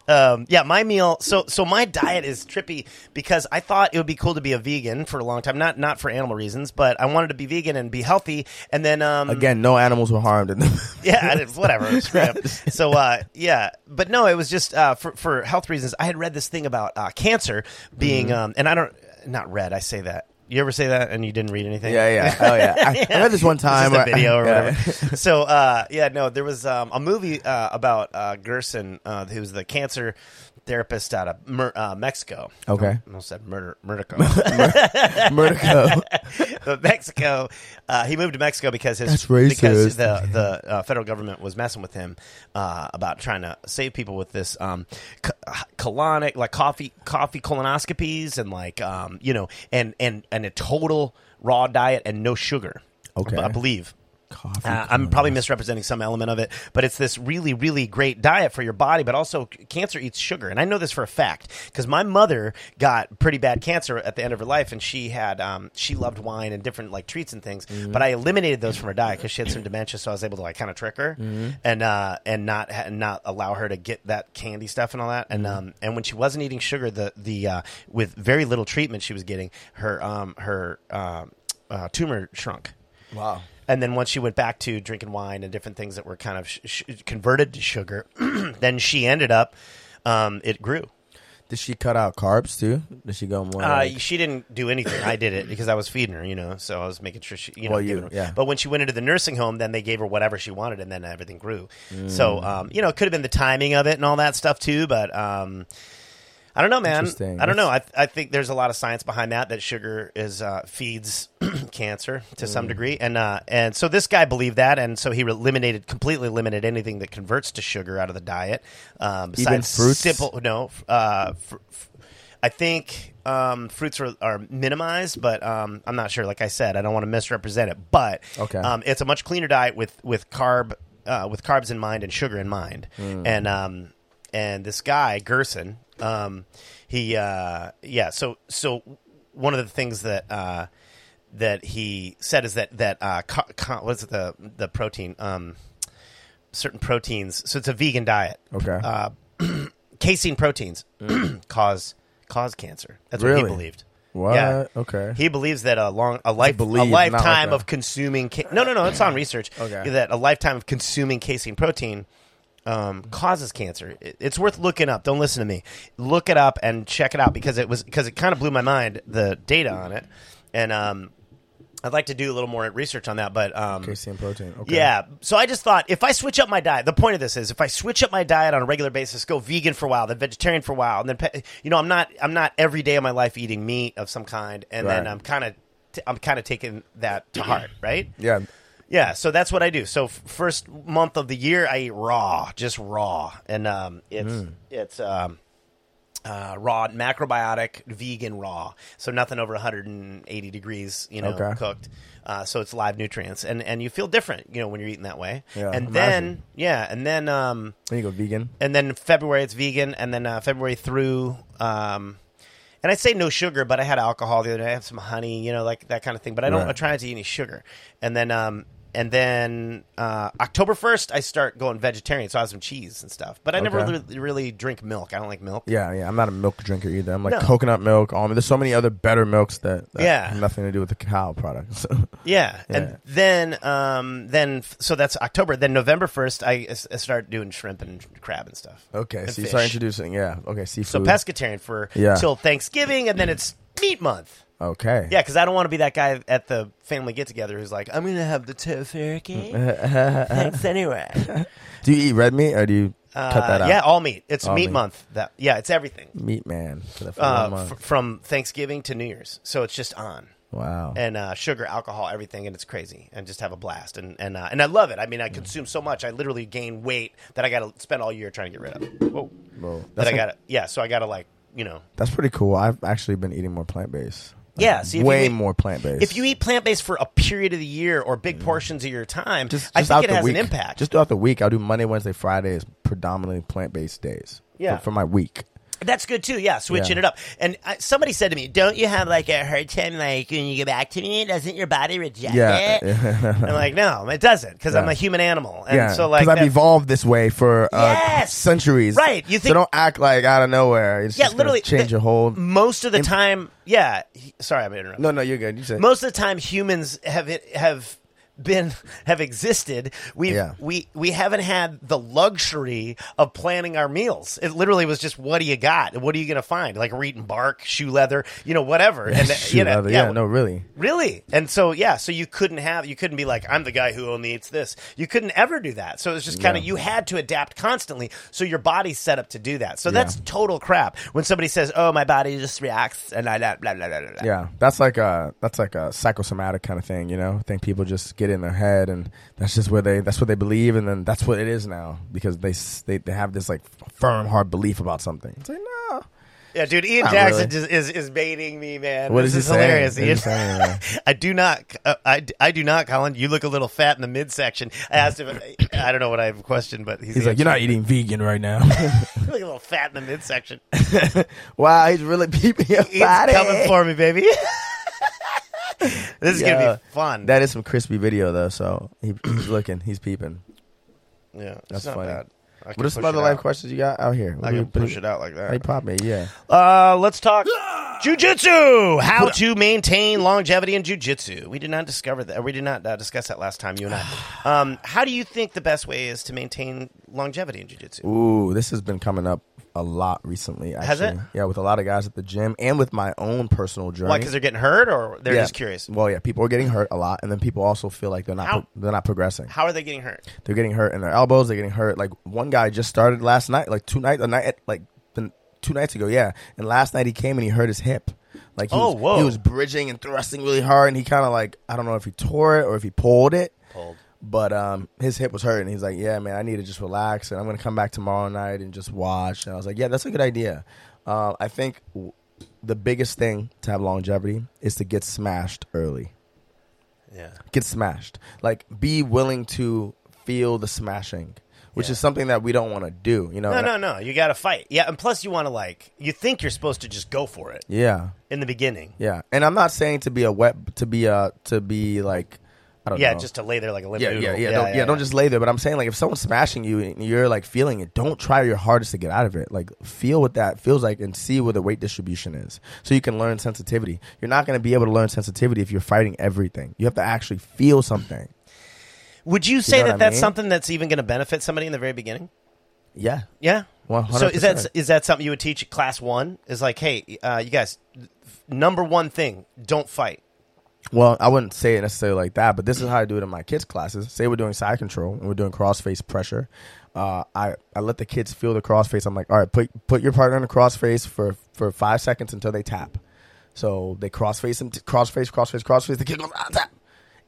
um, yeah, my meal. So, so my diet is trippy because I thought it would be cool to be a vegan for a long time. Not not for animal reasons, but I wanted to be vegan and be healthy. And then um, Again, no animals were harmed in them. yeah, I did, whatever. screw it. So, uh, yeah, but no, it was just uh, for for health reasons. I had read this thing about uh, cancer being, Mm-hmm. um, and I don't not read. I say that. You ever say that and you didn't read anything? yeah, yeah. Oh yeah. I, I read this one time. It's where just a video or yeah. whatever. so uh, yeah, no, there was um, a movie uh, about uh, Gerson, uh, who's the cancer therapist out of Mer- uh, Mexico. Okay. I almost said murder, murder. Murdico. but Mexico, uh, he moved to Mexico because his That's because racist. the the uh, federal government was messing with him uh, about trying to save people with this um, c- colonic like coffee coffee colonoscopies and like um, you know and and and a total raw diet and no sugar. Okay. I believe. Coffee Uh, I'm probably misrepresenting some element of it, but it's this really, really great diet for your body, but also c- cancer eats sugar. And I know this for a fact because my mother got pretty bad cancer at the end of her life, and she had, um, she loved wine and different like treats and things, but I eliminated those from her diet because she had some dementia, so I was able to like kind of trick her and, uh, and not, ha- not allow her to get that candy stuff and all that. And, um, and when she wasn't eating sugar, the, the, uh, with very little treatment she was getting, her, um, her, um, uh, tumor shrunk. Wow. And then once she went back to drinking wine and different things that were kind of sh- sh- converted to sugar, then she ended up. Um, it grew. Did she cut out carbs too? Did she go more? Uh, like- she didn't do anything. I did it because I was feeding her, you know. So I was making sure she, you know, Well, you- giving her- yeah. But when she went into the nursing home, then they gave her whatever she wanted, and then everything grew. Mm. So um, you know, it could have been the timing of it and all that stuff too. But um, I don't know, man. Interesting. I don't know. I, I think there's a lot of science behind that that sugar is uh, feeds cancer to Mm. some degree, and uh, and so this guy believed that, and so he eliminated completely eliminated anything that converts to sugar out of the diet. Um, besides fruits? simple, no. Uh, fr- fr- I think um, fruits are, are minimized, but um, I'm not sure. Like I said, I don't want to misrepresent it, but Okay. um, it's a much cleaner diet with with carb uh, with carbs in mind and sugar in mind. Hmm. And um, and this guy Gerson, um, he uh, yeah. So so one of the things that uh, that he said is that that uh, co- co- what's it, the the protein um, certain proteins. So it's a vegan diet okay. uh, casein proteins cause cause cancer. That's what Really? he believed. what? yeah. Okay. He believes that a long a life believe, a not like lifetime a- of consuming ca- no no no it's on research Okay. that a lifetime of consuming casein protein um, causes cancer. It- it's worth looking up. Don't listen to me. Look it up and check it out because it was because it kind of blew my mind the data on it and um, I'd like to do a little more research on that but um, Casein protein. Okay. yeah. So I just thought if I switch up my diet, the point of this is if I switch up my diet on a regular basis, go vegan for a while, then vegetarian for a while, and then pe- you know I'm not I'm not every day of my life eating meat of some kind, and then Right. I'm kind of t- I'm kind of taking that to heart, right? Yeah. Yeah, so that's what I do. So f- first month of the year, I eat raw, just raw, and um, it's Hmm. it's um, uh, raw macrobiotic vegan raw. So nothing over 180 degrees, you know, Okay. cooked. Uh, so it's live nutrients, and and you feel different, you know, when you're eating that way. Yeah, and imagine. then yeah, and then um, Then you go vegan. and then February it's vegan, and then uh, February through. Um, and I say no sugar, but I had alcohol the other day. I have some honey, you know, like that kind of thing. But I don't Right. I try not to eat any sugar. And then, um, and then uh, October first, I start going vegetarian, so I have some cheese and stuff. But I never Okay. really, really drink milk. I don't like milk. Yeah, yeah. I'm not a milk drinker either. I'm like No. coconut milk, almond. There's so many other better milks that, that Yeah. have nothing to do with the cow product. So. Yeah, Yeah. and then um, then f- so that's October. Then November first, I, s- I start doing shrimp and crab and stuff. Okay, And so you start fish. introducing, yeah. Okay, seafood. So pescatarian for Yeah. till Thanksgiving, and then it's meat month. Okay. Yeah, because I don't want to be that guy at the family get together who's like, I'm going to have the tofurkey. Thanks anyway. Do you eat red meat or do you cut that Uh, out? Yeah, all meat. It's All meat, meat. month. That Yeah, it's everything Meat man. For the uh, one month. f- from Thanksgiving to New Year's. So it's just on. wow. And uh, sugar, alcohol, everything, and it's crazy. And just have a blast, and and uh, and I love it. I mean, I consume so much, I literally gain weight that I got to spend all year trying to get rid of. Whoa, Whoa. that That's I like- got to yeah. So I got to like you know. That's pretty cool. I've actually been eating more plant based. Yeah, see, if you way eat- more plant based. If you eat plant based for a period of the year or big portions of your time, Mm. just, I just think out it the has week. an impact. Just throughout the week, I'll do Monday, Wednesday, Friday is predominantly plant based days. Yeah. for, for my week. That's good too. Yeah, switching Yeah. it up. And uh, somebody said to me, "Don't you have like a hard time like when you go back to me? Doesn't your body reject Yeah. it?" I'm like, "No, it doesn't, because I'm Yeah. a human animal." And Yeah, so like, I've that- evolved this way for uh, Yes! centuries. Right, you so think- don't act like out of nowhere. It's Yeah, just gonna literally, change the- your whole. most of the time, yeah. he- Sorry, I'm interrupting. No, no, you're good. You said most of the time humans have have been have existed we Yeah. we we haven't had the luxury of planning our meals it literally was just what do you got what are you gonna find like we're eating bark shoe leather you know whatever and Shoot, you know, brother. yeah, yeah, no, really. really and so yeah so you couldn't have you couldn't be like i'm the guy who only eats this you couldn't ever do that so it's just kind of you had to adapt constantly so your body's set up to do that so that's total crap when somebody says oh my body just reacts and i blah blah blah blah, blah. Yeah, that's like a that's like a psychosomatic kind of thing, you know. I think people just get in their head, and that's just where they that's what they believe, and then that's what it is now because they s- they, they have this like firm hard belief about something. It's like no, Yeah, dude, Ian Not Jackson really. just is, is baiting me, man. What this is is he saying? hilarious. What is he Ian. saying, man? I do not, uh, I, I do not, Colin. You look a little fat in the midsection. I asked him, I don't know what I have questioned, but he's, he's like you're not eating vegan right now. you look a little fat in the midsection. wow, he's really peeping your He's body. coming for me, baby. this is Yeah. gonna be fun. That is some crispy video though. So he, he's looking, he's peeping. yeah, it's That's not funny. bad. I can What are some push other it life out. questions you got out here? I can push it out like Hey, that. pop me, yeah. Uh, let's talk jujitsu. How to maintain longevity in jujitsu? We did not discover that. We did not uh, discuss that last time. You and I. Um, how do you think the best way is to maintain longevity in jujitsu? Ooh, this has been coming up a lot recently. Actually. Has it? Yeah, with a lot of guys at the gym and with my own personal journey. Why? Because they're getting hurt, or they're Yeah. just curious. Well, yeah, people are getting hurt a lot, and then people also feel like they're not How? pro- they're not progressing. How are they getting hurt? They're getting hurt in their elbows. They're getting hurt. Like one guy just started last night, like two nights, a night, like the, two nights ago. Yeah, and last night he came and he hurt his hip. Like he Oh, was, whoa. he was bridging and thrusting really hard, and he kind of like I don't know if he tore it or if he pulled it. Pulled. But um, his hip was hurting. He's like, "Yeah, man, I need to just relax, and I'm gonna come back tomorrow night and just watch." And I was like, "Yeah, that's a good idea." Um, I think w- the biggest thing to have longevity is to get smashed early. Yeah. Get smashed. Like, be willing to feel the smashing, which Yeah. is something that we don't want to do. You know? No, no, no. You got to fight. Yeah, and plus you want to like. You think you're supposed to just go for it Yeah, in the beginning. yeah. And I'm not saying to be a wet, to be a, to be like, I don't Yeah, know. just to lay there like a limp Yeah, noodle. yeah, yeah, don't, yeah, Don't just lay there. But I'm saying, like, if someone's smashing you and you're like feeling it, don't try your hardest to get out of it. Like, feel what that feels like and see where the weight distribution is, so you can learn sensitivity. You're not going to be able to learn sensitivity if you're fighting everything. You have to actually feel something. Would you say know what that I that's mean? something that's even going to benefit somebody in the very beginning? Yeah, Yeah. So 100%. is that is that something you would teach at class one? Is like, hey, uh, you guys, number one thing, don't fight. Well, I wouldn't say it necessarily like that, but this is how I do it in my kids' classes. Say we're doing side control and we're doing cross face pressure. Uh, I, I let the kids feel the cross face. I'm like, all right, put put your partner in a cross face for, for five seconds until they tap. So they cross face and cross face, cross face, cross face. The kid goes, ah, tap.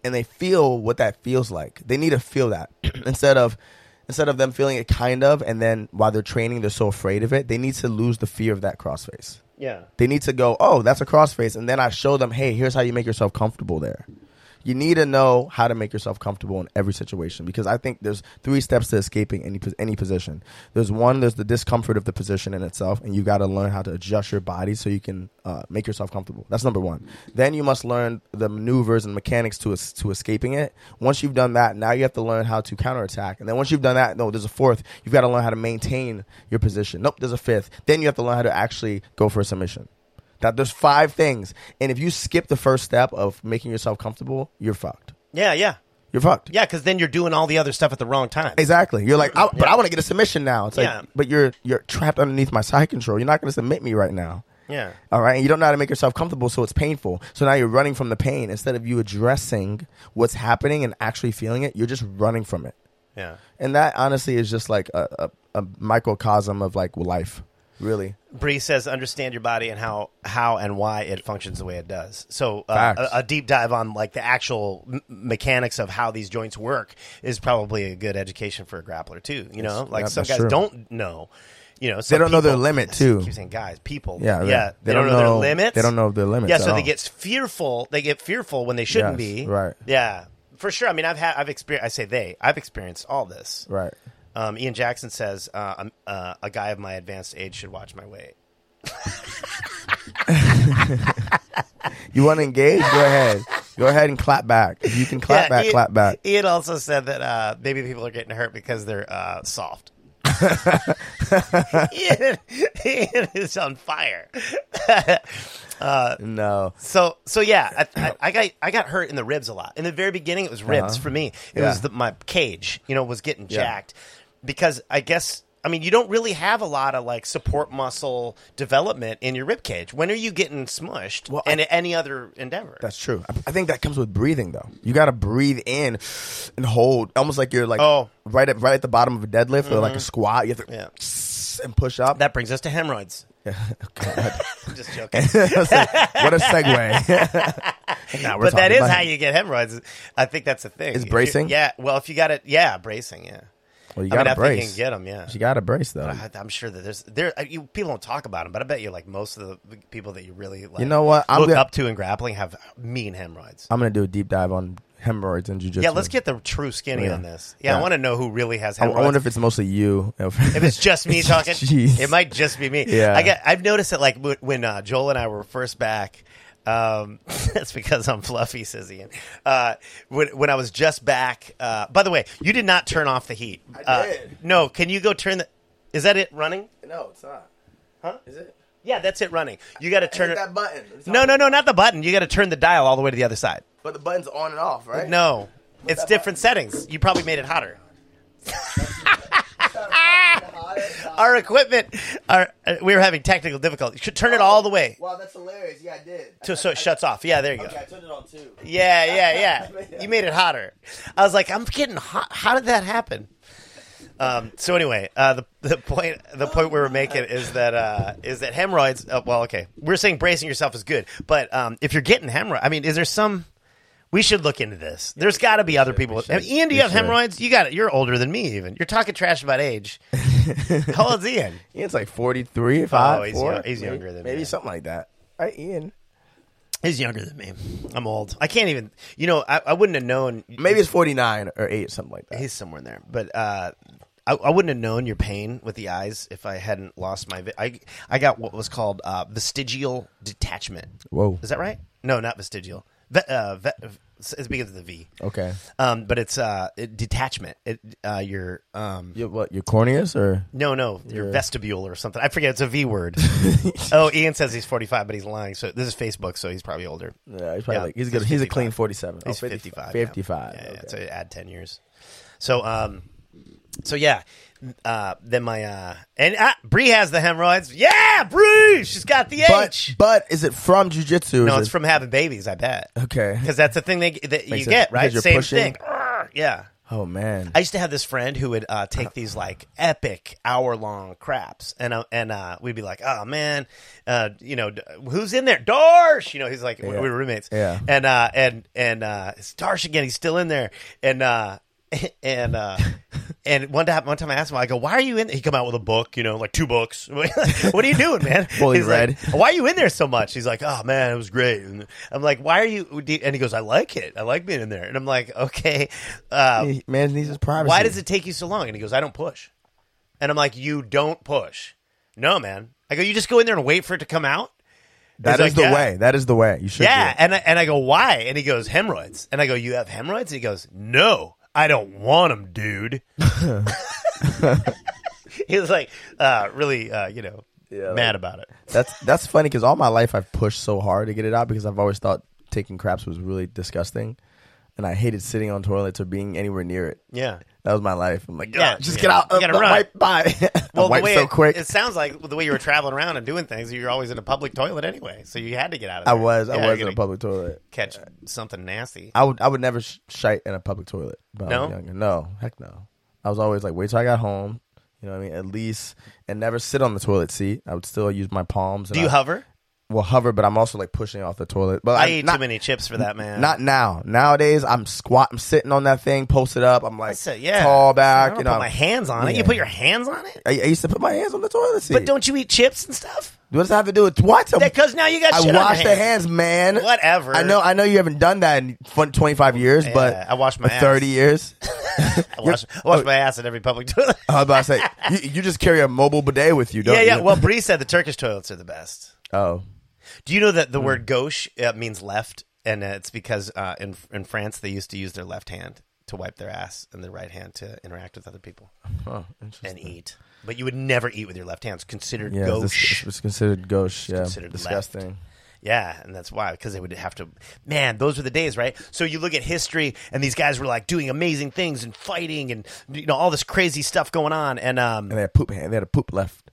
And they feel what that feels like. They need to feel that instead of instead of them feeling it kind of, and then while they're training, they're so afraid of it. They need to lose the fear of that cross face. Yeah. They need to go, oh, that's a crossface. And then I show them, hey, here's how you make yourself comfortable there. You need to know how to make yourself comfortable in every situation because I think there's three steps to escaping any pos- any position. There's one, there's the discomfort of the position in itself, and you got to learn how to adjust your body so you can uh, make yourself comfortable. That's number one. Then you must learn the maneuvers and mechanics to es- to escaping it. Once you've done that, now you have to learn how to counterattack. And then once you've done that, no, there's a fourth. You've got to learn how to maintain your position. Nope, there's a fifth. Then you have to learn how to actually go for a submission. That there's five things, and if you skip the first step of making yourself comfortable, you're fucked. Yeah, yeah, You're fucked. yeah. Because then you're doing all the other stuff at the wrong time. Exactly. You're like, I, but I want to get a submission now. It's like, Yeah. but you're you're trapped underneath my side control. You're not going to submit me right now. Yeah. All right. And you don't know how to make yourself comfortable, so it's painful. So now you're running from the pain instead of you addressing what's happening and actually feeling it. You're just running from it, Yeah. and that honestly is just like a, a, a microcosm of like life, really. Bree says, understand your body and how how and why it functions the way it does. So Facts. uh, a, a deep dive on like the actual m- mechanics of how these joints work is probably a good education for a grappler too. You know, like that- some that's guys true. don't know. you know, They some don't know their people- limit, too. I keep saying guys, people. Yeah, right. yeah. They, don't, know, their limits. They don't know their limits Yeah, at so all. they get fearful. They get fearful when they shouldn't Yes, be. right. Yeah, for sure. I mean, I've had, I've experienced. I say they. I've experienced all this. Right. Um, Ian Jackson says, uh, um, uh, "A guy of my advanced age should watch my weight." You want to engage? Go ahead. Go ahead and clap back. If you can clap Yeah, back, Ian, clap back. Ian also said that uh, maybe people are getting hurt because they're uh, soft. Ian, Ian is on fire. No. So so yeah, I, I, I got I got hurt in the ribs a lot. In the very beginning, it was ribs for me. It Uh-huh. Yeah. was the, my cage, you know, was getting jacked because I guess I mean you don't really have a lot of like support muscle development in your rib cage. When are you getting smushed? Well, and any other endeavor? That's true. I, I think that comes with breathing, though. You got to breathe in and hold, almost like you're like Oh. Mm-hmm. right at right at the bottom of a deadlift or like a squat. You have to Yeah. and push up. that brings us to hemorrhoids. I'm just joking. That's like, what a segue. Now we're but that talking is about- how you get hemorrhoids. I think that's a thing. Is If you- bracing? Yeah. Well, if you got it, yeah, bracing. Yeah. Well, you I got mean, to I think you brace. can get them. Yeah. You got to brace, though. I- I'm sure that there's there I- you, people don't talk about them, but I bet you like most of the people that you really like, You know what? I'm look gonna- up to in grappling have mean hemorrhoids. I'm gonna do a deep dive on hemorrhoids and jujitsu. yeah, let's get the true skinny Oh, Yeah. on this. Yeah, I Yeah. want to know who really has I, I hemorrhoids. wonder if it's mostly you. if it's just me talking, Jeez. it might just be me. Yeah. I get. I've noticed that like w- when uh, Joel and I were first back. Um, that's because I'm fluffy, says Ian. Uh, when, when I was just back, uh, by the way, you did not turn off the heat. I did. No, can you go turn the, is that it running? no, it's not. Huh? Is it? Yeah, that's it running. You got to turn it. button. No, no, no, not the button. You got to turn the dial all the way to the other side. But the button's on and off, right? No, it's different settings. You probably made it hotter. Our equipment, our, uh, we were having technical difficulties. You should turn it all the way Wow, that's hilarious. Yeah, I did. to, so it shuts off. Yeah, there you go. turned it on too. Yeah, yeah, yeah. You made it hotter. I was like, I'm getting hot. How did that happen? Um, so anyway, uh, the the point the Oh point we were making is that uh, is that hemorrhoids. Uh, well, okay, we're saying bracing yourself is good, but um, if you're getting hemorrhoids, I mean, is there some? We should look into this. There's got to be other people. should. Ian, do We you have should. hemorrhoids? You got it. You're older than me. Even you're talking trash about age. How old's Ian? Ian's like 43, 5, Oh, he's four. young- he's maybe, younger than maybe me. something like that. Right, Ian. He's younger than me. I'm old. I can't even. You know, I, I wouldn't have known. Maybe it's 49 or 8, something like that. He's somewhere in there. But uh, I, I wouldn't have known your pain with the eyes if I hadn't lost my. Vi- I I got what was called uh, vestigial detachment. Whoa. Is that right? No, not vestigial. Ve- uh, ve- it begins with a V. Okay. Um, but it's uh, it- detachment. It, uh, your um, You, what, your corneas or? no, no, your Yeah. vestibule or something. I forget. It's a V word. oh, Ian says he's forty five, but he's lying. So this is Facebook, so he's probably older. Yeah, he's probably Yeah, like, he's, he's good. he's a clean 47. Oh, He's 55. 55. Yeah, yeah, yeah. okay. So add 10 years. So, um, so yeah. Uh, then my, uh, and uh, Bree has the hemorrhoids. Yeah, Bree! She's got the But H. but is it from jujitsu? no, Is it's it- from having babies, I bet. Okay. Because that's the thing they, that you Makes sense. get, right? Because you're Same pushing. thing. Arrgh. Yeah. Oh man. I used to have this friend who would uh, take these like epic hour long craps, and uh, and uh, we'd be like, "Oh man, uh, you know d- who's in there? Darsh!" You know, he's like, we Yeah. were roommates, Yeah. and uh, and and uh, it's Darsh again. He's still in there, and uh, and uh, and one time one time I asked him, I go, "Why are you in?" there? He come out with a book, you know, like two books. what are you doing, man? Fully He's like, read. why are you in there so much? He's like, oh man, it was great. And I'm like, why are you? do you-" And he goes, I like it. I like being in there. And I'm like, okay, uh, He- man needs his privacy. why does it take you so long? And he goes, I don't push. And I'm like, you don't push. No, man. I go, you just go in there and wait for it to come out. That He's is like, the "Yeah." way. That is the way. You should. Yeah. do it. And I, and I go, why? And he goes, hemorrhoids. And I go, you have hemorrhoids? And he goes, no, I don't want them, dude. he was like, uh, really, uh, you know, Yeah, mad like- about it. That's that's funny because all my life I've pushed so hard to get it out because I've always thought taking craps was really disgusting, and I hated sitting on toilets or being anywhere near it. Yeah. That was my life. I'm like, Yeah, yeah, just yeah. get out. You gotta uh, run. Wipe by. Well, wipe the way so it, quick. It sounds like the way you were traveling around and doing things, you were always in a public toilet anyway, so you had to get out of I there. was. Yeah, I you're was in a gonna public toilet. catch something nasty. I would. I would never sh- shite in a public toilet. But I was No? younger. no, heck no. I was always like, wait till I got home. You know what I mean? At least, and never sit on the toilet seat. I would still use my palms. And Do you I- hover? will hover, but I'm also like pushing off the toilet. But I I'm eat not, too many chips for that, man. Not now. Nowadays, I'm squat. I'm sitting on that thing, posted up. I'm like That's it, yeah. tall I back. don't You know, put my hands on it. You Yeah. put your hands on it, I, I used to put my hands on the toilet seat. but don't you eat chips and stuff? what does that have to do with what? Because now you got I shit on wash your the hands, man. Whatever. I know. I know you haven't done that in fun- 25 years, Yeah, but I wash my ass. thirty years. I wash, I oh. wash my ass in every public toilet. I was about to say you, you just carry a mobile bidet with you, don't yeah, you? yeah. Well, Bree said the Turkish toilets are the best. oh, Do you know that Hmm. the word gauche uh, means left, and uh, it's because uh, in in France they used to use their left hand to wipe their ass and their right hand to interact with other people oh, interesting. and eat. But you would never eat with your left hand. It's considered Yeah, it's- gauche. It's, it's considered gauche. Yeah, considered disgusting. Yeah, and that's why because they would have to. Man, those were the days, right? So you look at history, and these guys were like doing amazing things and fighting, and you know all this crazy stuff going on, and um And they had poop hand. They had a poop left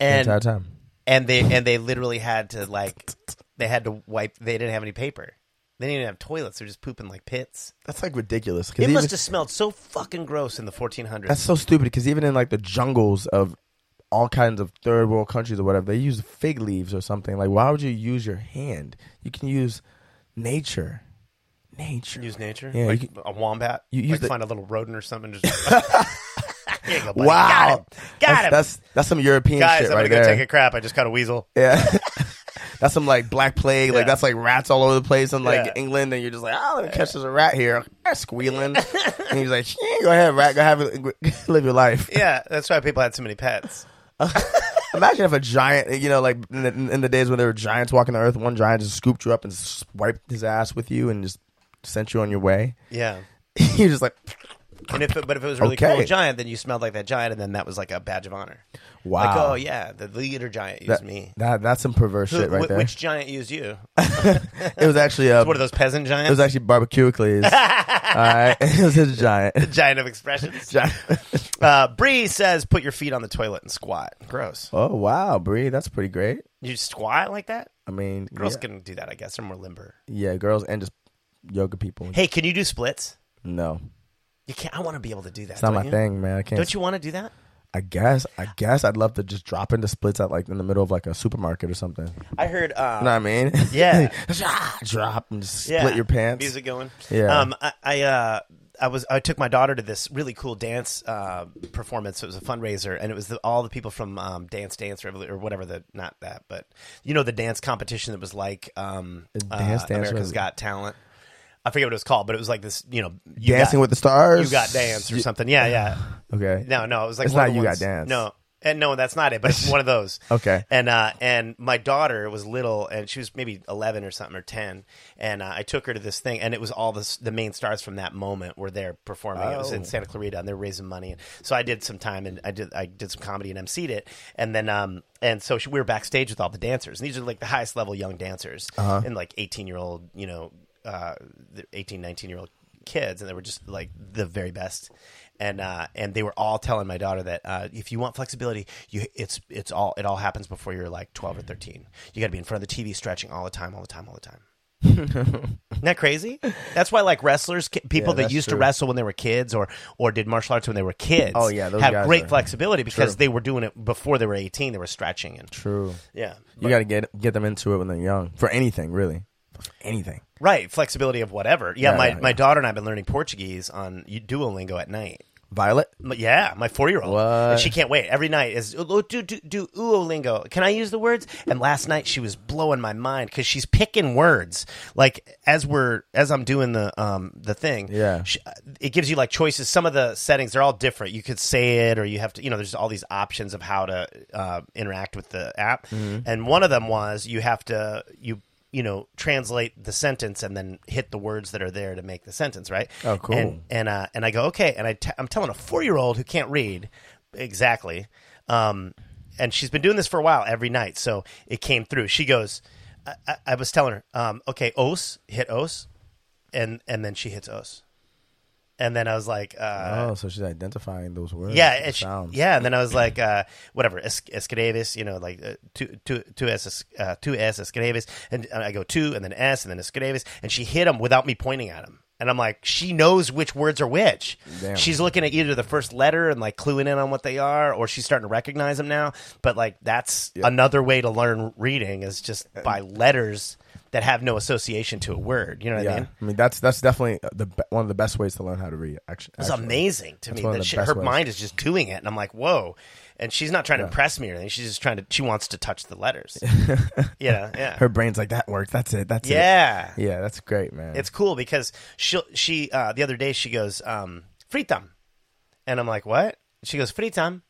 and the entire time. and they and they literally had to like they had to wipe. They didn't have any paper. They didn't even have toilets. They're just pooping like pits. That's like ridiculous. 'cause It even- must have smelled so fucking gross in the 1400s. That's so stupid because even in like the jungles of all kinds of third world countries or whatever, they use fig leaves or something. Like, why would you use your hand? You can use nature. Nature. Use nature, Yeah, like you can- a wombat. you You use like the- find a little rodent or something. And just Here you go, buddy. got him, wow. got that's, him. That's that's some European Guys, shit I'm right gonna go there. take a crap. I just caught a weasel. yeah. that's some like black plague. Yeah. Like that's like rats all over the place in like Yeah. England, and you're just like, oh, let me catch this rat here, squealing. and he's like, yeah, go ahead, rat, go have it, live your life. Yeah, that's why people had so many pets. Imagine if a giant, you know, like in the, in the days when there were giants walking the earth, one giant just scooped you up and swiped his ass with you and just sent you on your way. Yeah. You're just like, And if it, but if it was a really Okay. cool giant, then you smelled like that giant, and then that was like a badge of honor. wow. Like, oh yeah, the leader giant used that, me. that- that's some perverse Who- shit right wh- there. Which giant used you? it was actually a, What are those peasant it was giants? actually barbecuicles. All right, it was his giant. giant of expressions. giant. Uh, Bree says, "Put your feet on the toilet and squat." Gross. Oh wow, Bree, that's pretty great. You squat like that? I mean, Girls yeah, can do that, I guess. They're more limber. yeah, girls and just yoga people. Hey, can you do splits? No, You can't. I want to be able to do that. it's not don't my you? thing, man. I can't. Don't you want to do that? I guess. I guess I'd love to just drop into splits at like in the middle of like a supermarket or something. I heard. Uh, You know what I mean? Yeah. Ah, Drop and just Yeah. split your pants. Music going. Yeah. Um, I, I, uh, I was I took my daughter to this really cool dance uh, performance. It was a fundraiser, and it was the, all the people from um, Dance Dance Revolu- or whatever the not that, but you know the dance competition that was like um, Dance uh, Dance America's Revolu- Got Talent. I forget what it was called, but it was like this. You know, you Dancing got, with the stars. you got dance or You- something. Yeah, yeah. Okay. No, no, it was like It's one not of the You Got ones- Dance. No, and no, that's not it. But it's one of those. Okay. And uh, and my daughter was little, and she was maybe eleven or something or ten, and uh, I took her to this thing, and it was all this, the main stars from that moment were there performing. It was in Oh. Santa Clarita, and they're raising money. And so I did some time, and I did I did some comedy and emceed it, and then um. And so she, we were backstage with all the dancers, and these are like the highest level young dancers, Uh-huh. and like eighteen year old, you know, uh, the 18, 19 year old kids, and they were just like the very best. And uh, and they were all telling my daughter that uh, if you want flexibility, you it's it's all it all happens before you're like twelve or thirteen. You got to be in front of the TV stretching all the time, all the time, all the time. Isn't that crazy? That's why like wrestlers, ki- people Yeah, that that's used to true. wrestle when they were kids or or did martial arts when they were kids. Oh, yeah, those have guys great are- flexibility because they were doing it before they were eighteen. They were stretching and True. yeah, You got to get get them into it when they're young for anything, really. For anything. right. Flexibility of whatever. Yeah, Yeah, my yeah, my yeah. daughter and I've been learning Portuguese on Duolingo at night. Violet. My- Yeah, my four year old. What? And she can't wait. Every night is "Oh, do do do Uolingo. Can I use the words? And last night she was blowing my mind because she's picking words like as we're as I'm doing the um the thing. Yeah. she, uh, it gives you like choices. Some of the settings they're all different. You could say it or you have to. You know, there's all these options of how to uh, interact with the app. Mm-hmm. And one of them was you have to you you know translate the sentence and then hit the words that are there to make the sentence right. Oh, cool. And and uh, and I go okay, and I t- I'm telling a four year old who can't read exactly, um, and she's been doing this for a while every night, so it came through. She goes, I, I, I was telling her, um, okay, os hit os, and and then she hits os, and then I was like, uh, oh, so she's identifying those words. yeah, those and she- Oh, sounds. yeah, and then I was like, uh, whatever, es- escreves, you know, like uh, two two two s es- uh, two s escreves, and, and I go two, and then s, and then escreves, and she hit him without me pointing at him. and I'm like, she knows which words are which. Damn. She's looking at either the first letter and like cluing in on what they are, or she's starting to recognize them now. But like, that's another way to learn reading is just Uh, by letters that have no association to a word. You know what I Yeah, mean? I mean that's that's definitely the be- one of the best ways to learn how to read. Actually, It's amazing to me one of that the she, best her ways. mind is just doing it, and I'm like, whoa. And she's not trying to impress me or anything. She's just trying to. She wants to touch the letters. yeah, yeah, her brain's like that works. That's it. That's it. yeah. Yeah, that's great, man. It's cool because she she uh, the other day she goes um, fritam, and I'm like, what? She goes fritam,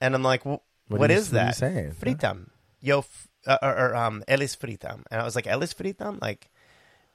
and I'm like, "Wh- are what you- is what are you that? saying? Fritam, yo, f- uh, or, or um, elis fritam, and I was like, elis fritam, like,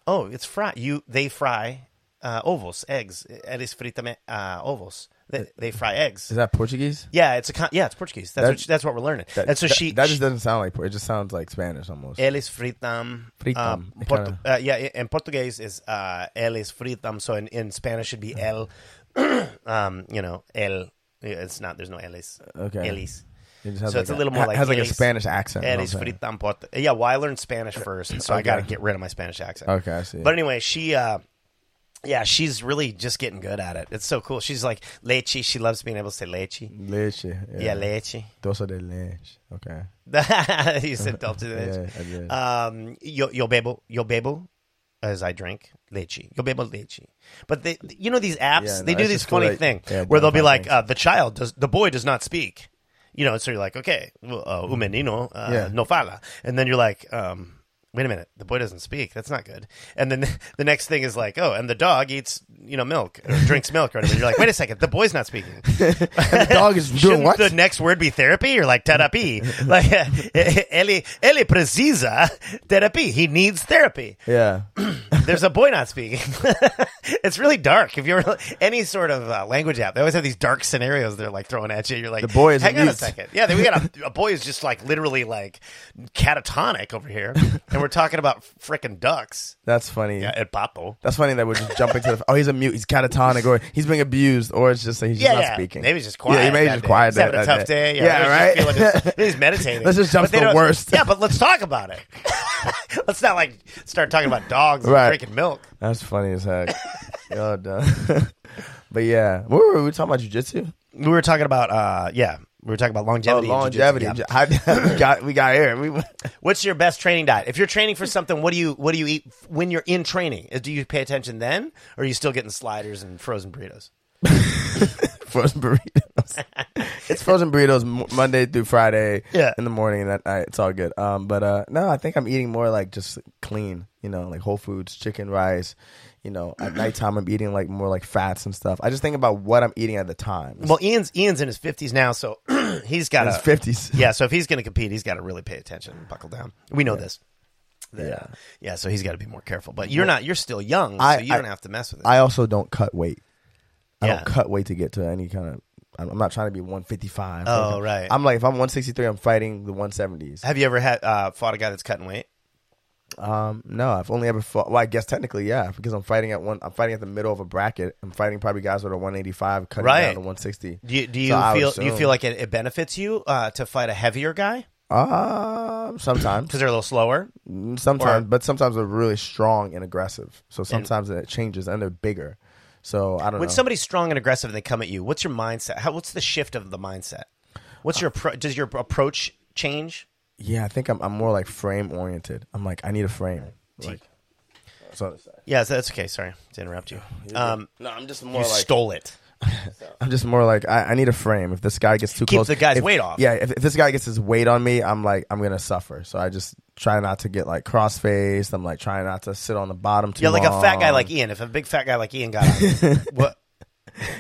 oh, it's fry. You they fry uh, ovos, eggs. Elis fritam uh, ovos. They, they fry eggs. is that Portuguese? Yeah, it's a con- yeah, it's Portuguese. That's That- what she, that's what we're learning. That, and so that- she that she- just doesn't sound like Port- it. Just sounds like Spanish almost. Eles fritam. Fritam. Uh, Portu- uh, yeah, in Portuguese is uh, el es fritam. So in, in Spanish should be Uh-huh. el. um, you know, el. yeah, It's not. There's no elis. Okay. Elis. It just has So it's a little more ha- like has like a Elis- Spanish accent. you know Elis what I'm saying? fritam port. Yeah. Well, I learned Spanish first, so I got to Uh, Okay. get rid of my Spanish accent. Okay, I see. But anyway, she. Uh, yeah, she's really just getting good at it. It's so cool. She's like leche. She loves being able to say leche. Leche. Yeah, leche. Those are the leche. Okay. you said Delta to Yeah, this. I did. Um, yo, yo bebo, yo bebo, as I drink leche. Yo bebo leche. But they, you know, these apps, Yeah, no, they do it's this just cool funny that- thing yeah, where they'll be bonfire like, things. uh, the child does, the boy does not speak. You know, so you're like, okay, well, uh, un menino uh, Mm-hmm. Yeah. no fala, and then you're like, um. Wait a minute, the boy doesn't speak. That's not good. And then the next thing is like, oh, and the dog eats, you know, milk or drinks milk or whatever. You're like, wait a second, the boy's not speaking. the dog is doing Shouldn't what? the next word be therapy? You're like therapy. like Eli Eli precisa therapy. He needs therapy. yeah. There's a boy not speaking. it's really dark. If you're any sort of uh, language app, they always have these dark scenarios they're like throwing at you. You're like, the boy is hang on a mute." second. Yeah, then we got a, a boy is just like literally like catatonic over here, and we're talking about frickin' ducks That's funny. at Papo. That's funny that we're just jumping to the. Oh, he's a mute. He's catatonic, or he's being abused, or it's just like he's just Yeah, not yeah. speaking. Maybe he's just quiet. Yeah, he may that just day. quiet. He's having that- a tough that day. Yeah, Yeah, Maybe he's just right. feeling his- He's meditating. Let's just jump But to they the don't- worst. Yeah, but let's talk about it. let's not like start talking about dogs Right. and drinking milk. That's funny as heck. Y'all done. but yeah, what were we talking about? Jujitsu. We were talking about uh, yeah, we were talking about Oh, longevity. and jujitsu. longevity. Yeah. How- we got we got here. We went- What's your best training diet? If you're training for something, what do you what do you eat f- when you're in training? Uh, Do you pay attention then, or are you still getting sliders and frozen burritos? frozen burritos. it's frozen burritos Mo- Monday through Friday. Yeah. in the morning and at night. It's all good. Um, but uh, no, I think I'm eating more like just clean. You know, like whole foods, chicken, rice. You know, at nighttime I'm eating like more like fats and stuff. I just think about what I'm eating at the time. Well, Ian's Ian's in his fifties now, so he's got It's a- fifties. yeah, so if he's going to compete, he's got to really pay attention and buckle down. We know this. That, Yeah. uh, yeah, so he's got to be more careful. But you're not, you're still young, I- so you I- don't have to mess with it. I also don't cut weight. I Yeah. don't cut weight to get to any kind of. I'm I'm not trying to be 155. Oh, right. I'm like if I'm 163, I'm fighting the 170s. have you ever had uh, fought a guy that's cutting weight? Um, no, I've only ever fought. Well, I guess technically, yeah, because I'm fighting at one. I'm fighting at the middle of a bracket. I'm fighting probably guys that are 185, cutting Right. down to 160. Do you, do you So I um, would feel do you assume- feel like it, it benefits you uh, to fight a heavier guy Um, sometimes, because they're a little slower? sometimes, but sometimes they're really strong and aggressive. So sometimes it changes, and they're bigger. So I don't When know. somebody's strong and aggressive and they come at you, what's your mindset? How, what's the shift of the mindset? What's Uh, your appro- does your approach change? yeah, I think I'm, I'm more like frame oriented. I'm like I need a frame. Like, so Yeah, so that's okay. Sorry to interrupt you. Um, no, I'm just you more stole it. I'm just more like I, I need a frame. If this guy gets too Keep close, the guy's if- weight off. Yeah, if, if this guy gets his weight on me, I'm like I'm gonna suffer. So I just try not to get like cross faced. I'm like trying not to sit on the bottom too. Yeah, like a fat guy long. like Ian. If a big fat guy like Ian got on, you, what?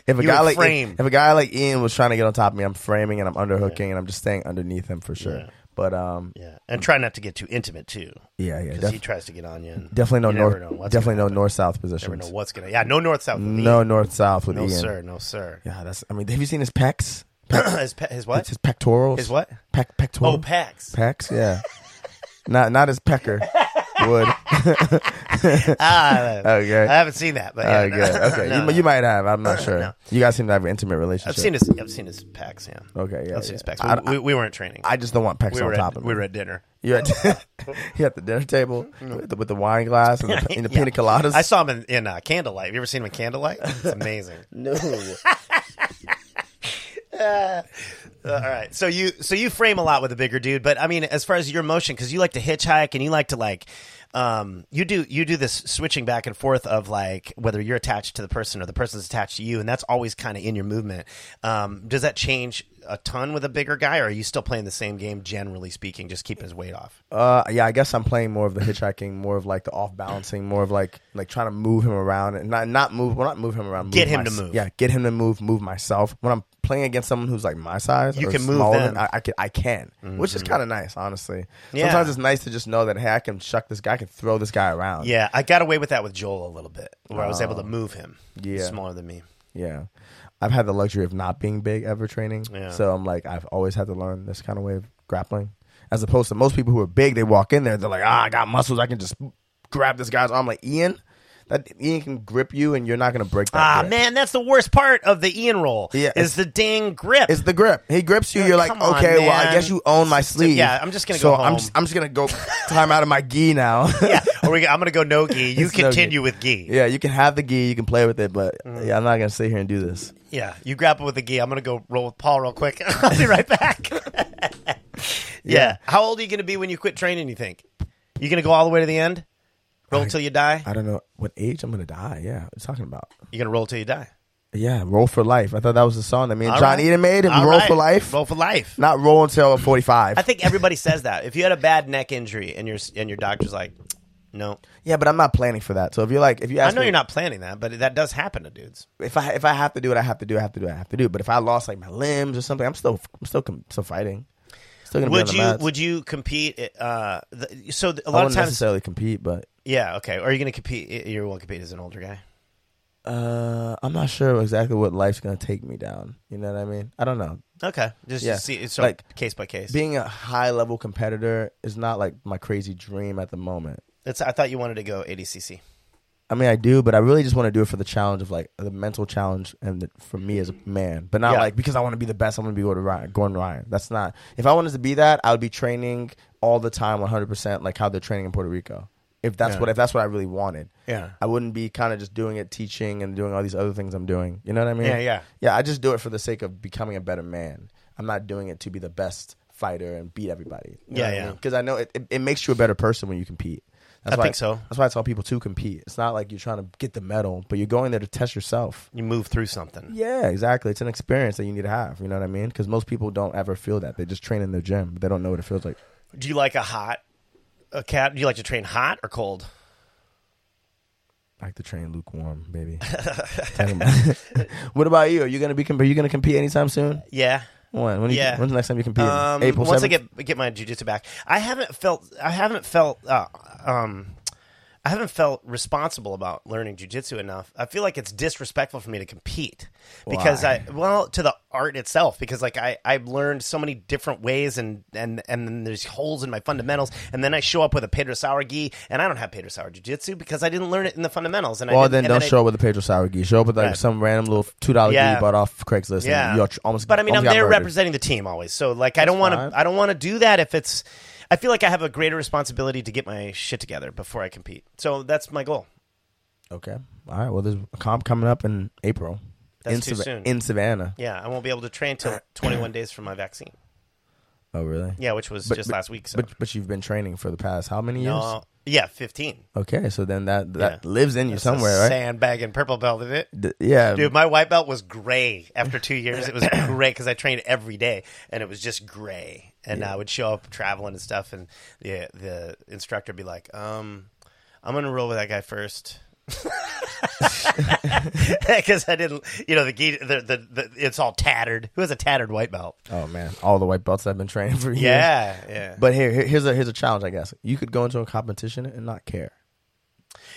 if a you guy would like frame. If, if a guy like Ian was trying to get on top of me, I'm framing and I'm underhooking and I'm just staying underneath him for sure. But um, Yeah, and try not to get too intimate too, yeah, yeah, because he def- tries to get on you. and definitely no you never north, know what's definitely gonna no north south happen. Never positions. know what's gonna. Yeah, no north south. with No Ian. north south with no Ian. sir, no sir. Yeah, that's. I mean, have you seen his pecs? his, pe- his what? His pectorals. His what? Pec pectorals. Oh, pecs. Pecs, yeah. not not his pecker. would. Ah, Okay. I haven't seen that, but yeah, no. okay. Okay. No, you, no. you might have. I'm not sure. No. You guys seem to have an intimate relationship. I've seen his. I've seen his packs. Yeah. Okay. Yeah. I've seen yeah. his packs. We, I, we, we weren't training. I just don't want pecs we on were top at, of we me. were at dinner. You're at, you're at the dinner table with, the, with the wine glass and the, and the pina coladas. I saw him in, in uh, Candlelight. Have you ever seen him in Candlelight? It's amazing. no. Uh, all right, so you so you frame a lot with a bigger dude, but I mean, as far as your motion, because you like to hitchhike and you like to like, um, you do you do this switching back and forth of like whether you're attached to the person or the person's attached to you, and that's always kind of in your movement. Um, does that change a ton with a bigger guy, or are you still playing the same game generally speaking, just keeping his weight off? Uh, yeah, I guess I'm playing more of the hitchhiking, more of like the off balancing, more of like like trying to move him around and not not move. Well, not move him around. Move Get him to mys- move. Yeah, get him to move. Move myself. When I'm playing against someone who's like my size, You or can move smaller them. Mm-hmm. than- I, I can. I can, which is kind of nice, honestly. Yeah. Sometimes it's nice to just know that hey, I can shuck this guy. I can throw this guy around. Yeah, I got away with that with Joel a little bit, where I was able to move him. Oh, yeah. smaller than me. Yeah. I've had the luxury of not being big ever training. Yeah. So I'm like, I've always had to learn this kind of way of grappling. As opposed to most people who are big, they walk in there, they're like, ah, I got muscles. I can just grab this guy's arm. Like, Ian, that Ian can grip you and you're not going to break that. Ah, grip. man, that's the worst part of the Ian roll. Yeah, is it's- the dang grip. It's the grip. He grips you. You're like, come on, okay, well, I man. guess you own my sleeve. yeah, I'm just gonna so go I'm home. just, I'm just going to go time out of my gi now. yeah, or we, I'm gonna go no gi. You It's no continue gi. with gi. yeah, you can have the gi. You can play with it. But Mm-hmm. yeah, I'm not going to sit here and do this. Yeah, you grapple with the gi. I'm gonna go roll with Paul real quick. I'll be right back. yeah. How old are you gonna be when you quit training? You think you gonna go all the way to the end? Roll till you die. I don't know what age I'm going to die. Yeah, what are you talking about? You're gonna roll till you die. Yeah, roll for life. I thought that was the song that me and All John right. Eden made. All roll right. for life, Roll for life. not roll until forty five. I think everybody says that. If you had a bad neck injury and your and your doctor's like, no, yeah, but I'm not planning for that. So if you're like, if you ask I know me, you're not planning that, but that does happen to dudes. if I if I have to do what I have to do, I have to do what I have to do. But if I lost like my limbs or something, I'm still I'm still com- still fighting. Still gonna be on Would the you mats. would you compete? Uh, the, so a I lot wouldn't of times, necessarily compete, but yeah. Okay, are you gonna compete? You will compete as an older guy. uh, I'm not sure exactly what life's gonna take me down. You know what I mean? I don't know. Okay, just Yeah. see it's sort of Like, case by case. Being a high level competitor is not like my crazy dream at the moment. That's I thought you wanted to go ADCC. I mean, I do, but I really just want to do it for the challenge of like the mental challenge and the, for me as a man, but not Yeah. like because I want to be the best. I want to be Gordon Ryan. Gordon Ryan. That's not. If I wanted to be that, I would be training all the time, one hundred percent, like how they're training in Puerto Rico. If that's Yeah. what if that's what I really wanted, Yeah. I wouldn't be kind of just doing it, teaching and doing all these other things I'm doing. You know what I mean? Yeah, yeah. yeah. I just do it for the sake of becoming a better man. I'm not doing it to be the best fighter and beat everybody. Yeah, yeah. Because I know it, it, it makes you a better person when you compete. That's I why- think so. That's why I tell people to compete. It's not like you're trying to get the medal, but you're going there to test yourself. You move through something. Yeah, exactly. It's an experience that you need to have. You know what I mean? Because most people don't ever feel that. They just train in their gym. They don't know what it feels like. Do you like a hot a cat? Do you like to train hot or cold? I like to train lukewarm, baby. Tell me. what about you? Are you gonna be? Are you gonna compete anytime soon? Yeah. When? When? Are you, Yeah. When's the next time you compete? Um, April. once 7th? I get get my jujitsu back, I haven't felt I haven't felt uh, um, I haven't felt responsible about learning jujitsu enough. I feel like it's disrespectful for me to compete because Why? I well to the art itself because like I I've learned so many different ways and and and then there's holes in my fundamentals and then I show up with a Pedro Sauer gi and I don't have Pedro Sauer jujitsu because I didn't learn it in the fundamentals and I Well, didn't, then and don't I- show up with a Pedro Sour gi. Show up with like Right. some random little two dollar Yeah. gi you bought off Craigslist. Yeah, and you're tr- almost. But I mean, I'm almost got there murdered. representing the team always, so like I don't want fine. to. I don't want to do that if it's. I feel like I have a greater responsibility to get my shit together before I compete. So that's my goal. Okay. All right. Well, there's a comp coming up in April. That's in too soon. In Savannah. Yeah, I won't be able to train till 21 days from my vaccine. Oh, really? Yeah, which was But- just but- last week. So. But but you've been training for the past how many years? No, yeah, 15. Okay, so then that that Yeah. lives in you That's a somewhere, right? Sandbag and purple belt of it. D- yeah. Dude, my white belt was gray after two years. It was gray because I trained every day, and it was just gray. And I would show up traveling and stuff, and the the instructor would be like, "Um, I'm gonna roll with that guy first. because I didn't, you know, the, gi- the the the it's all tattered. Who has a tattered white belt? Oh man, all the white belts I've been training for years. Yeah, yeah, But here, here- here's a here's a challenge, I guess. You could go into a competition and not care.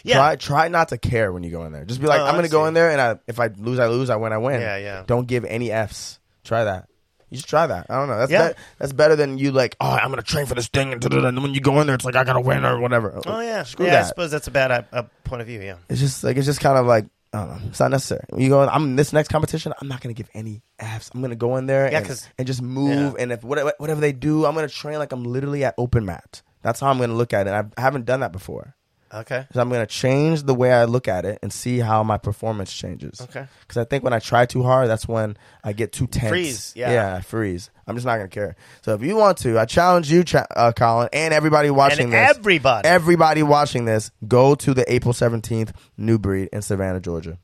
yeah. Try try not to care when you go in there. Just be like, Oh, I'm I gonna go see. in there, and I, if I lose, I lose. I win, I win. Yeah, yeah. Don't give any f's. Try that. You should try that. I don't know. That's Yeah. bet- that's better than you like. Oh, I'm gonna train for this thing, and, da-da-da," and when you go in there, it's like I gotta win or whatever. Oh yeah, screw yeah. I that. suppose that's a bad uh, uh, point of view. Yeah. It's just like it's just kind of like I don't know. It's not necessary. When you go, in, I'm this next competition. I'm not gonna give any f's. I'm gonna go in there, Yeah, and, 'cause- and just move. And if whatever, whatever they do, I'm gonna train like I'm literally at open mat. That's how I'm gonna look at it. I haven't done that before, Okay. so I'm gonna change the way I look at it and see how my performance changes. Okay. Because I think when I try too hard, that's when I get too tense. Freeze, yeah. yeah, I freeze. I'm just not gonna care. So if you want to, I challenge you, Cha- uh, Colin, and everybody watching And this everybody. everybody watching this, go to the April 17th New Breed in Savannah, Georgia.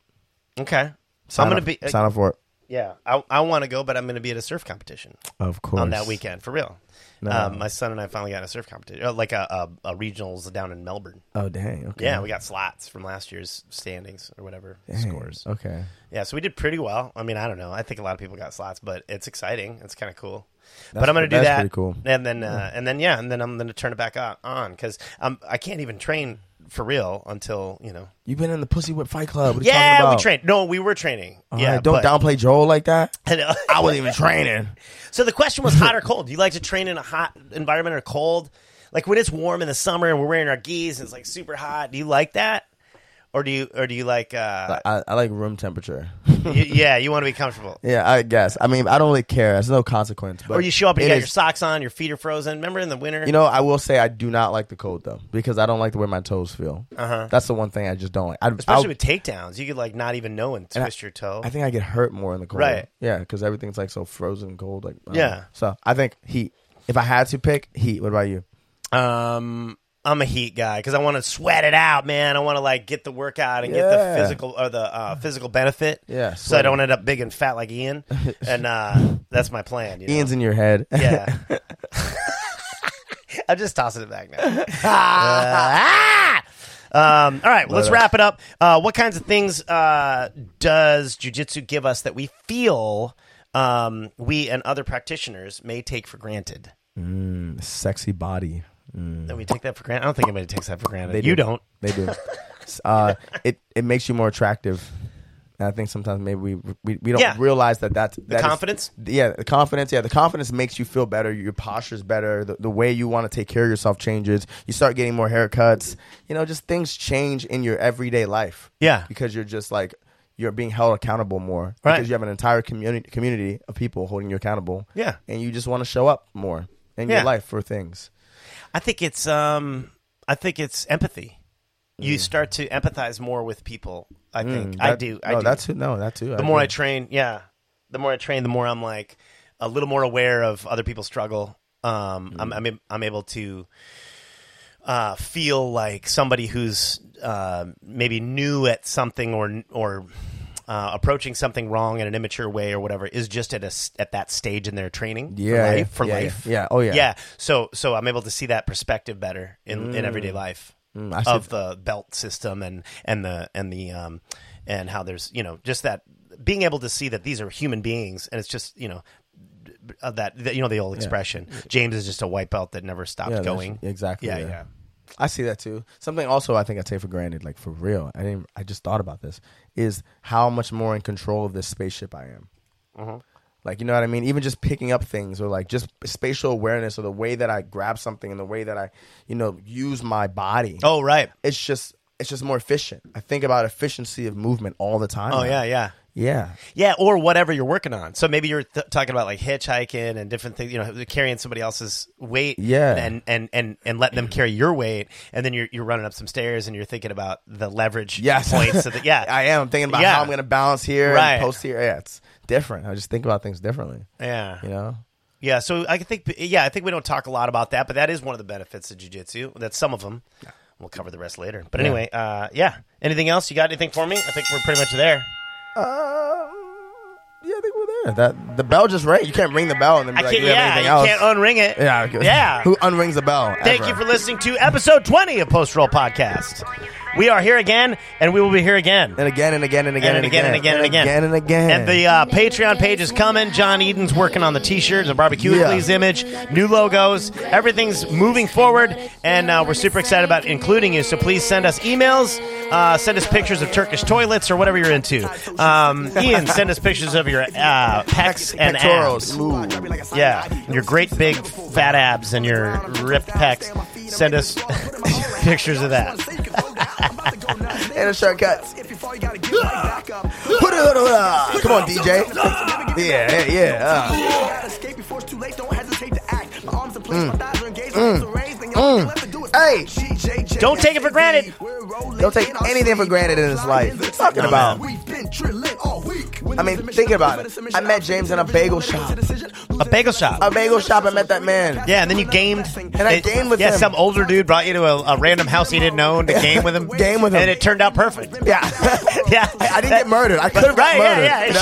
okay. So Sign I'm gonna up- be. uh, sign up for it. yeah. I, I want to go, but I'm gonna be at a surf competition Of course. on that weekend for real. No. Um, my son and I finally got in a surf competition, uh, like a, a, a regionals down in Melbourne. Oh dang. Okay. Yeah, we got slots from last year's standings or whatever Dang. scores. Okay. Yeah, so we did pretty well. I mean, I don't know. I think a lot of people got slots, but it's exciting. It's kind of cool. but I'm going to do that's that. pretty cool. And then, uh, and then, yeah, and then I'm going to turn it back o- on because um, I can't even train for real until you know. You've been in the Pussy Whip Fight Club. What are you talking Yeah, about? we trained. No, we were training. All yeah, right, don't but- downplay Joel like that. I know. I wasn't even training. so the question was hot or cold. Do you like to train in a hot environment or cold? Like when it's warm in the summer and we're wearing our geese and it's like super hot. Do you like that? Or do you or do you like uh I, I like room temperature. y- yeah, you want to be comfortable. yeah, I guess. I mean, I don't really care. There's no consequence. But Or you show up and it you got is- your socks on, your feet are frozen. Remember in the winter? You know, I will say I do not like the cold though because I don't like the way my toes feel. Uh-huh. That's the one thing I just don't like. I, especially I, with takedowns, you could like not even know and I- twist your toe. I think I get hurt more in the cold. Right. Yeah, because everything's like so frozen and cold. Like I don't Yeah. know. So I think heat. If I had to pick heat, what about you? um, I'm a heat guy because I want to sweat it out, man. I want to like get the workout and get Yeah. the physical or the uh, physical benefit. Yeah, so I sweating. don't end up big and fat like Ian. and uh, that's my plan. You know? Ian's in your head. yeah. I'm just tossing it back now. Uh, ah! Um, all right, well, Love let's it. wrap it up. Uh, what kinds of things uh, does jujitsu give us that we feel um, we and other practitioners may take for granted? Mm, sexy body. That we take that for granted. I don't think anybody takes that for granted. They you do. don't. They do. S- uh, it it makes you more attractive. And I think sometimes maybe we we, we don't Yeah. realize that that's the confidence? yeah, the confidence. Yeah, the confidence makes you feel better. Your posture's better. The, the way you want to take care of yourself changes. You start getting more haircuts. You know, just things change in your everyday life. Yeah. because you're just like you're being held accountable more Right. because you have an entire community community of people holding you accountable. Yeah. and you just want to show up more in Yeah. your life for things. I think it's um, I think it's empathy. You start to empathize more with people. I think I Mm. That- do. I no, do. that's no, that too. the more I train, yeah, the more I train, the more I'm like a little more aware of other people's struggle. Um, I'm, I'm ab- I'm able to uh, feel like somebody who's uh, maybe new at something or or uh, approaching something wrong in an immature way or whatever is just at a s at that stage in their training. for yeah, life- yeah, for yeah, life. yeah. Oh, yeah. yeah. So so I'm able to see that perspective better in, in everyday life Mm, I see of the belt system and and the and the um and how there's you know just that being able to see that these are human beings and it's just you know uh, that, that you know the old expression James is just a white belt that never stopped Yeah, that's- going exactly, yeah yeah. yeah I see that too. Something also I think I take for granted, like for real. I didn't. I just thought about this. Is how much more in control of this spaceship I am. Mm-hmm. Like you know what I mean. Even just picking up things, or like just spatial awareness, or the way that I grab something, and the way that I, you know, use my body. oh right It's just it's just more efficient. I think about efficiency of movement all the time. oh now. yeah yeah yeah. yeah or whatever you're working on so maybe you're th- talking about like hitchhiking and different things you know carrying somebody else's weight Yeah. and and and and letting them carry your weight and then you're you're running up some stairs and you're thinking about the leverage Yes. points so that yeah I am thinking about Yeah. how I'm going to balance here Right. and post here. Yeah, it's different. I just think about things differently. yeah You know. Yeah, so I think yeah, I think we don't talk a lot about that, but that is one of the benefits of jujitsu. That's some of them. We'll cover the rest later. But anyway, uh, yeah. Anything else? You got anything for me? I think we're pretty much there. Um, yeah, I think we're there. That the bell just rang. You can't ring the bell and then be I like, can't, "Do you have yeah, anything you else?" can't unring it. yeah, okay. yeah. Who unrings the bell? Thank ever? you for listening to episode twenty of Post Roll Podcast. When you first We are here again, and we will be here again. And again and again and again and again and again and again and again And the uh, Patreon page is coming. John Eden's working on the T-shirts, the barbecue Yeah. Please image, new logos. Everything's moving forward, and uh, we're super excited about including you. So please send us emails, uh, send us pictures of Turkish toilets or whatever you're into. Um, Ian, send us pictures of your uh, pecs and abs. pectorals. Ooh. Yeah, your great big fat abs and your ripped pecs. Send us pictures of that. And a shortcut. Come on, DJ. Yeah, yeah, yeah. uh. Mm. Hey. Don't take it for granted. Don't take anything for granted in this life. What are you talking about? I mean, think about it. I met James in a bagel shop. A bagel shop. A bagel shop, I met that man. Yeah, and then you gamed. And I gamed with yeah, him. some older dude brought you to a, a random house he didn't own to game with him. Game with him. And it turned out perfect. Yeah. Yeah. I didn't get murdered. I could But, have right, got murdered. yeah, yeah. you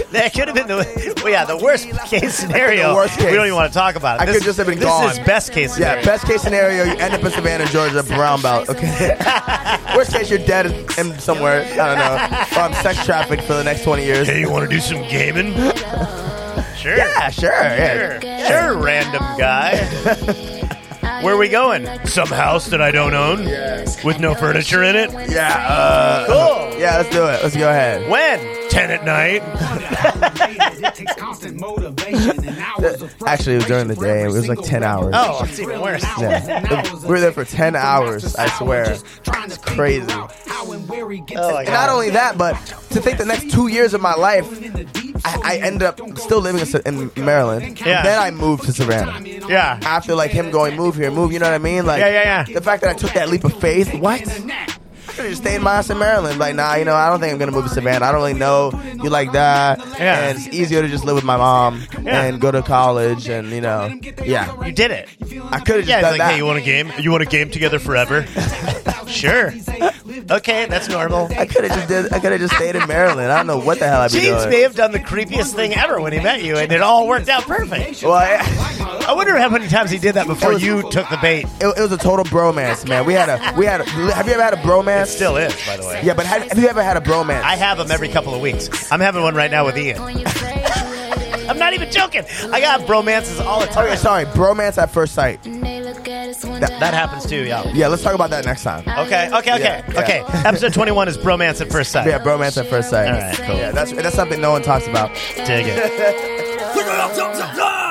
know? that could have been the well, yeah, the worst case scenario. The worst We case. don't even want to talk about it. I This- could just have been this gone. is best case scenario. Yeah, best case scenario, you end up in Savannah, Georgia, brown belt. Okay. Worst case, you're dead in somewhere. I don't know. Or I'm sex trafficked for the next 20 years. Hey, you want to do some gaming? sure. Yeah, sure. Yeah. Sure, sure, random guy. Where are we going? Some house that I don't own with no furniture in it. Yeah. Uh, Cool. Yeah, let's do it. Let's go ahead. When? 10 at night. Actually, it was during the day. It was like 10 hours. Oh, it's even worse. Yeah. We were there for 10 hours, I swear. crazy. Oh, my And not God. only that, but to think the next two years of my life, I, I ended up still living in Sa- in Maryland. Yeah. Then I moved to Savannah. Yeah. After like him going, move here, move. You know what I mean? Like, Yeah, yeah, yeah. The fact that I took that leap of faith, what? I could have stayed in Madison, Maryland. Like, nah, you know, I don't think I'm gonna move to Savannah. I don't really know you like that. Yeah. And it's easier to just live with my mom Yeah. and go to college and you know, yeah. You did it. I could have just Yeah, it's done like, that. hey, you want a game? You want a game together forever? sure. Okay, that's normal. I could have just did. I could have just stayed in Maryland. I don't know what the hell I'd be James doing. may have done the creepiest thing ever when he met you, and it all worked out perfect. Well, I- I wonder how many times he did that before It was- you took the bait. it, it was a total bromance, man. We had a, we had. A, have you ever had a bromance? Still is, by the way. Yeah, but have, have you ever had a bromance? I have them every couple of weeks. I'm having one right now with Ian. uh, I'm not even joking. I got bromances all the okay, time. sorry, bromance at first sight. That, That happens too, yeah. Yeah, let's talk about that next time. Okay, okay, okay, Yeah, yeah. okay. Episode 21 is bromance at first sight. Yeah, bromance at first sight. All right, cool. Yeah, that's that's something no one talks about. Dig it. it.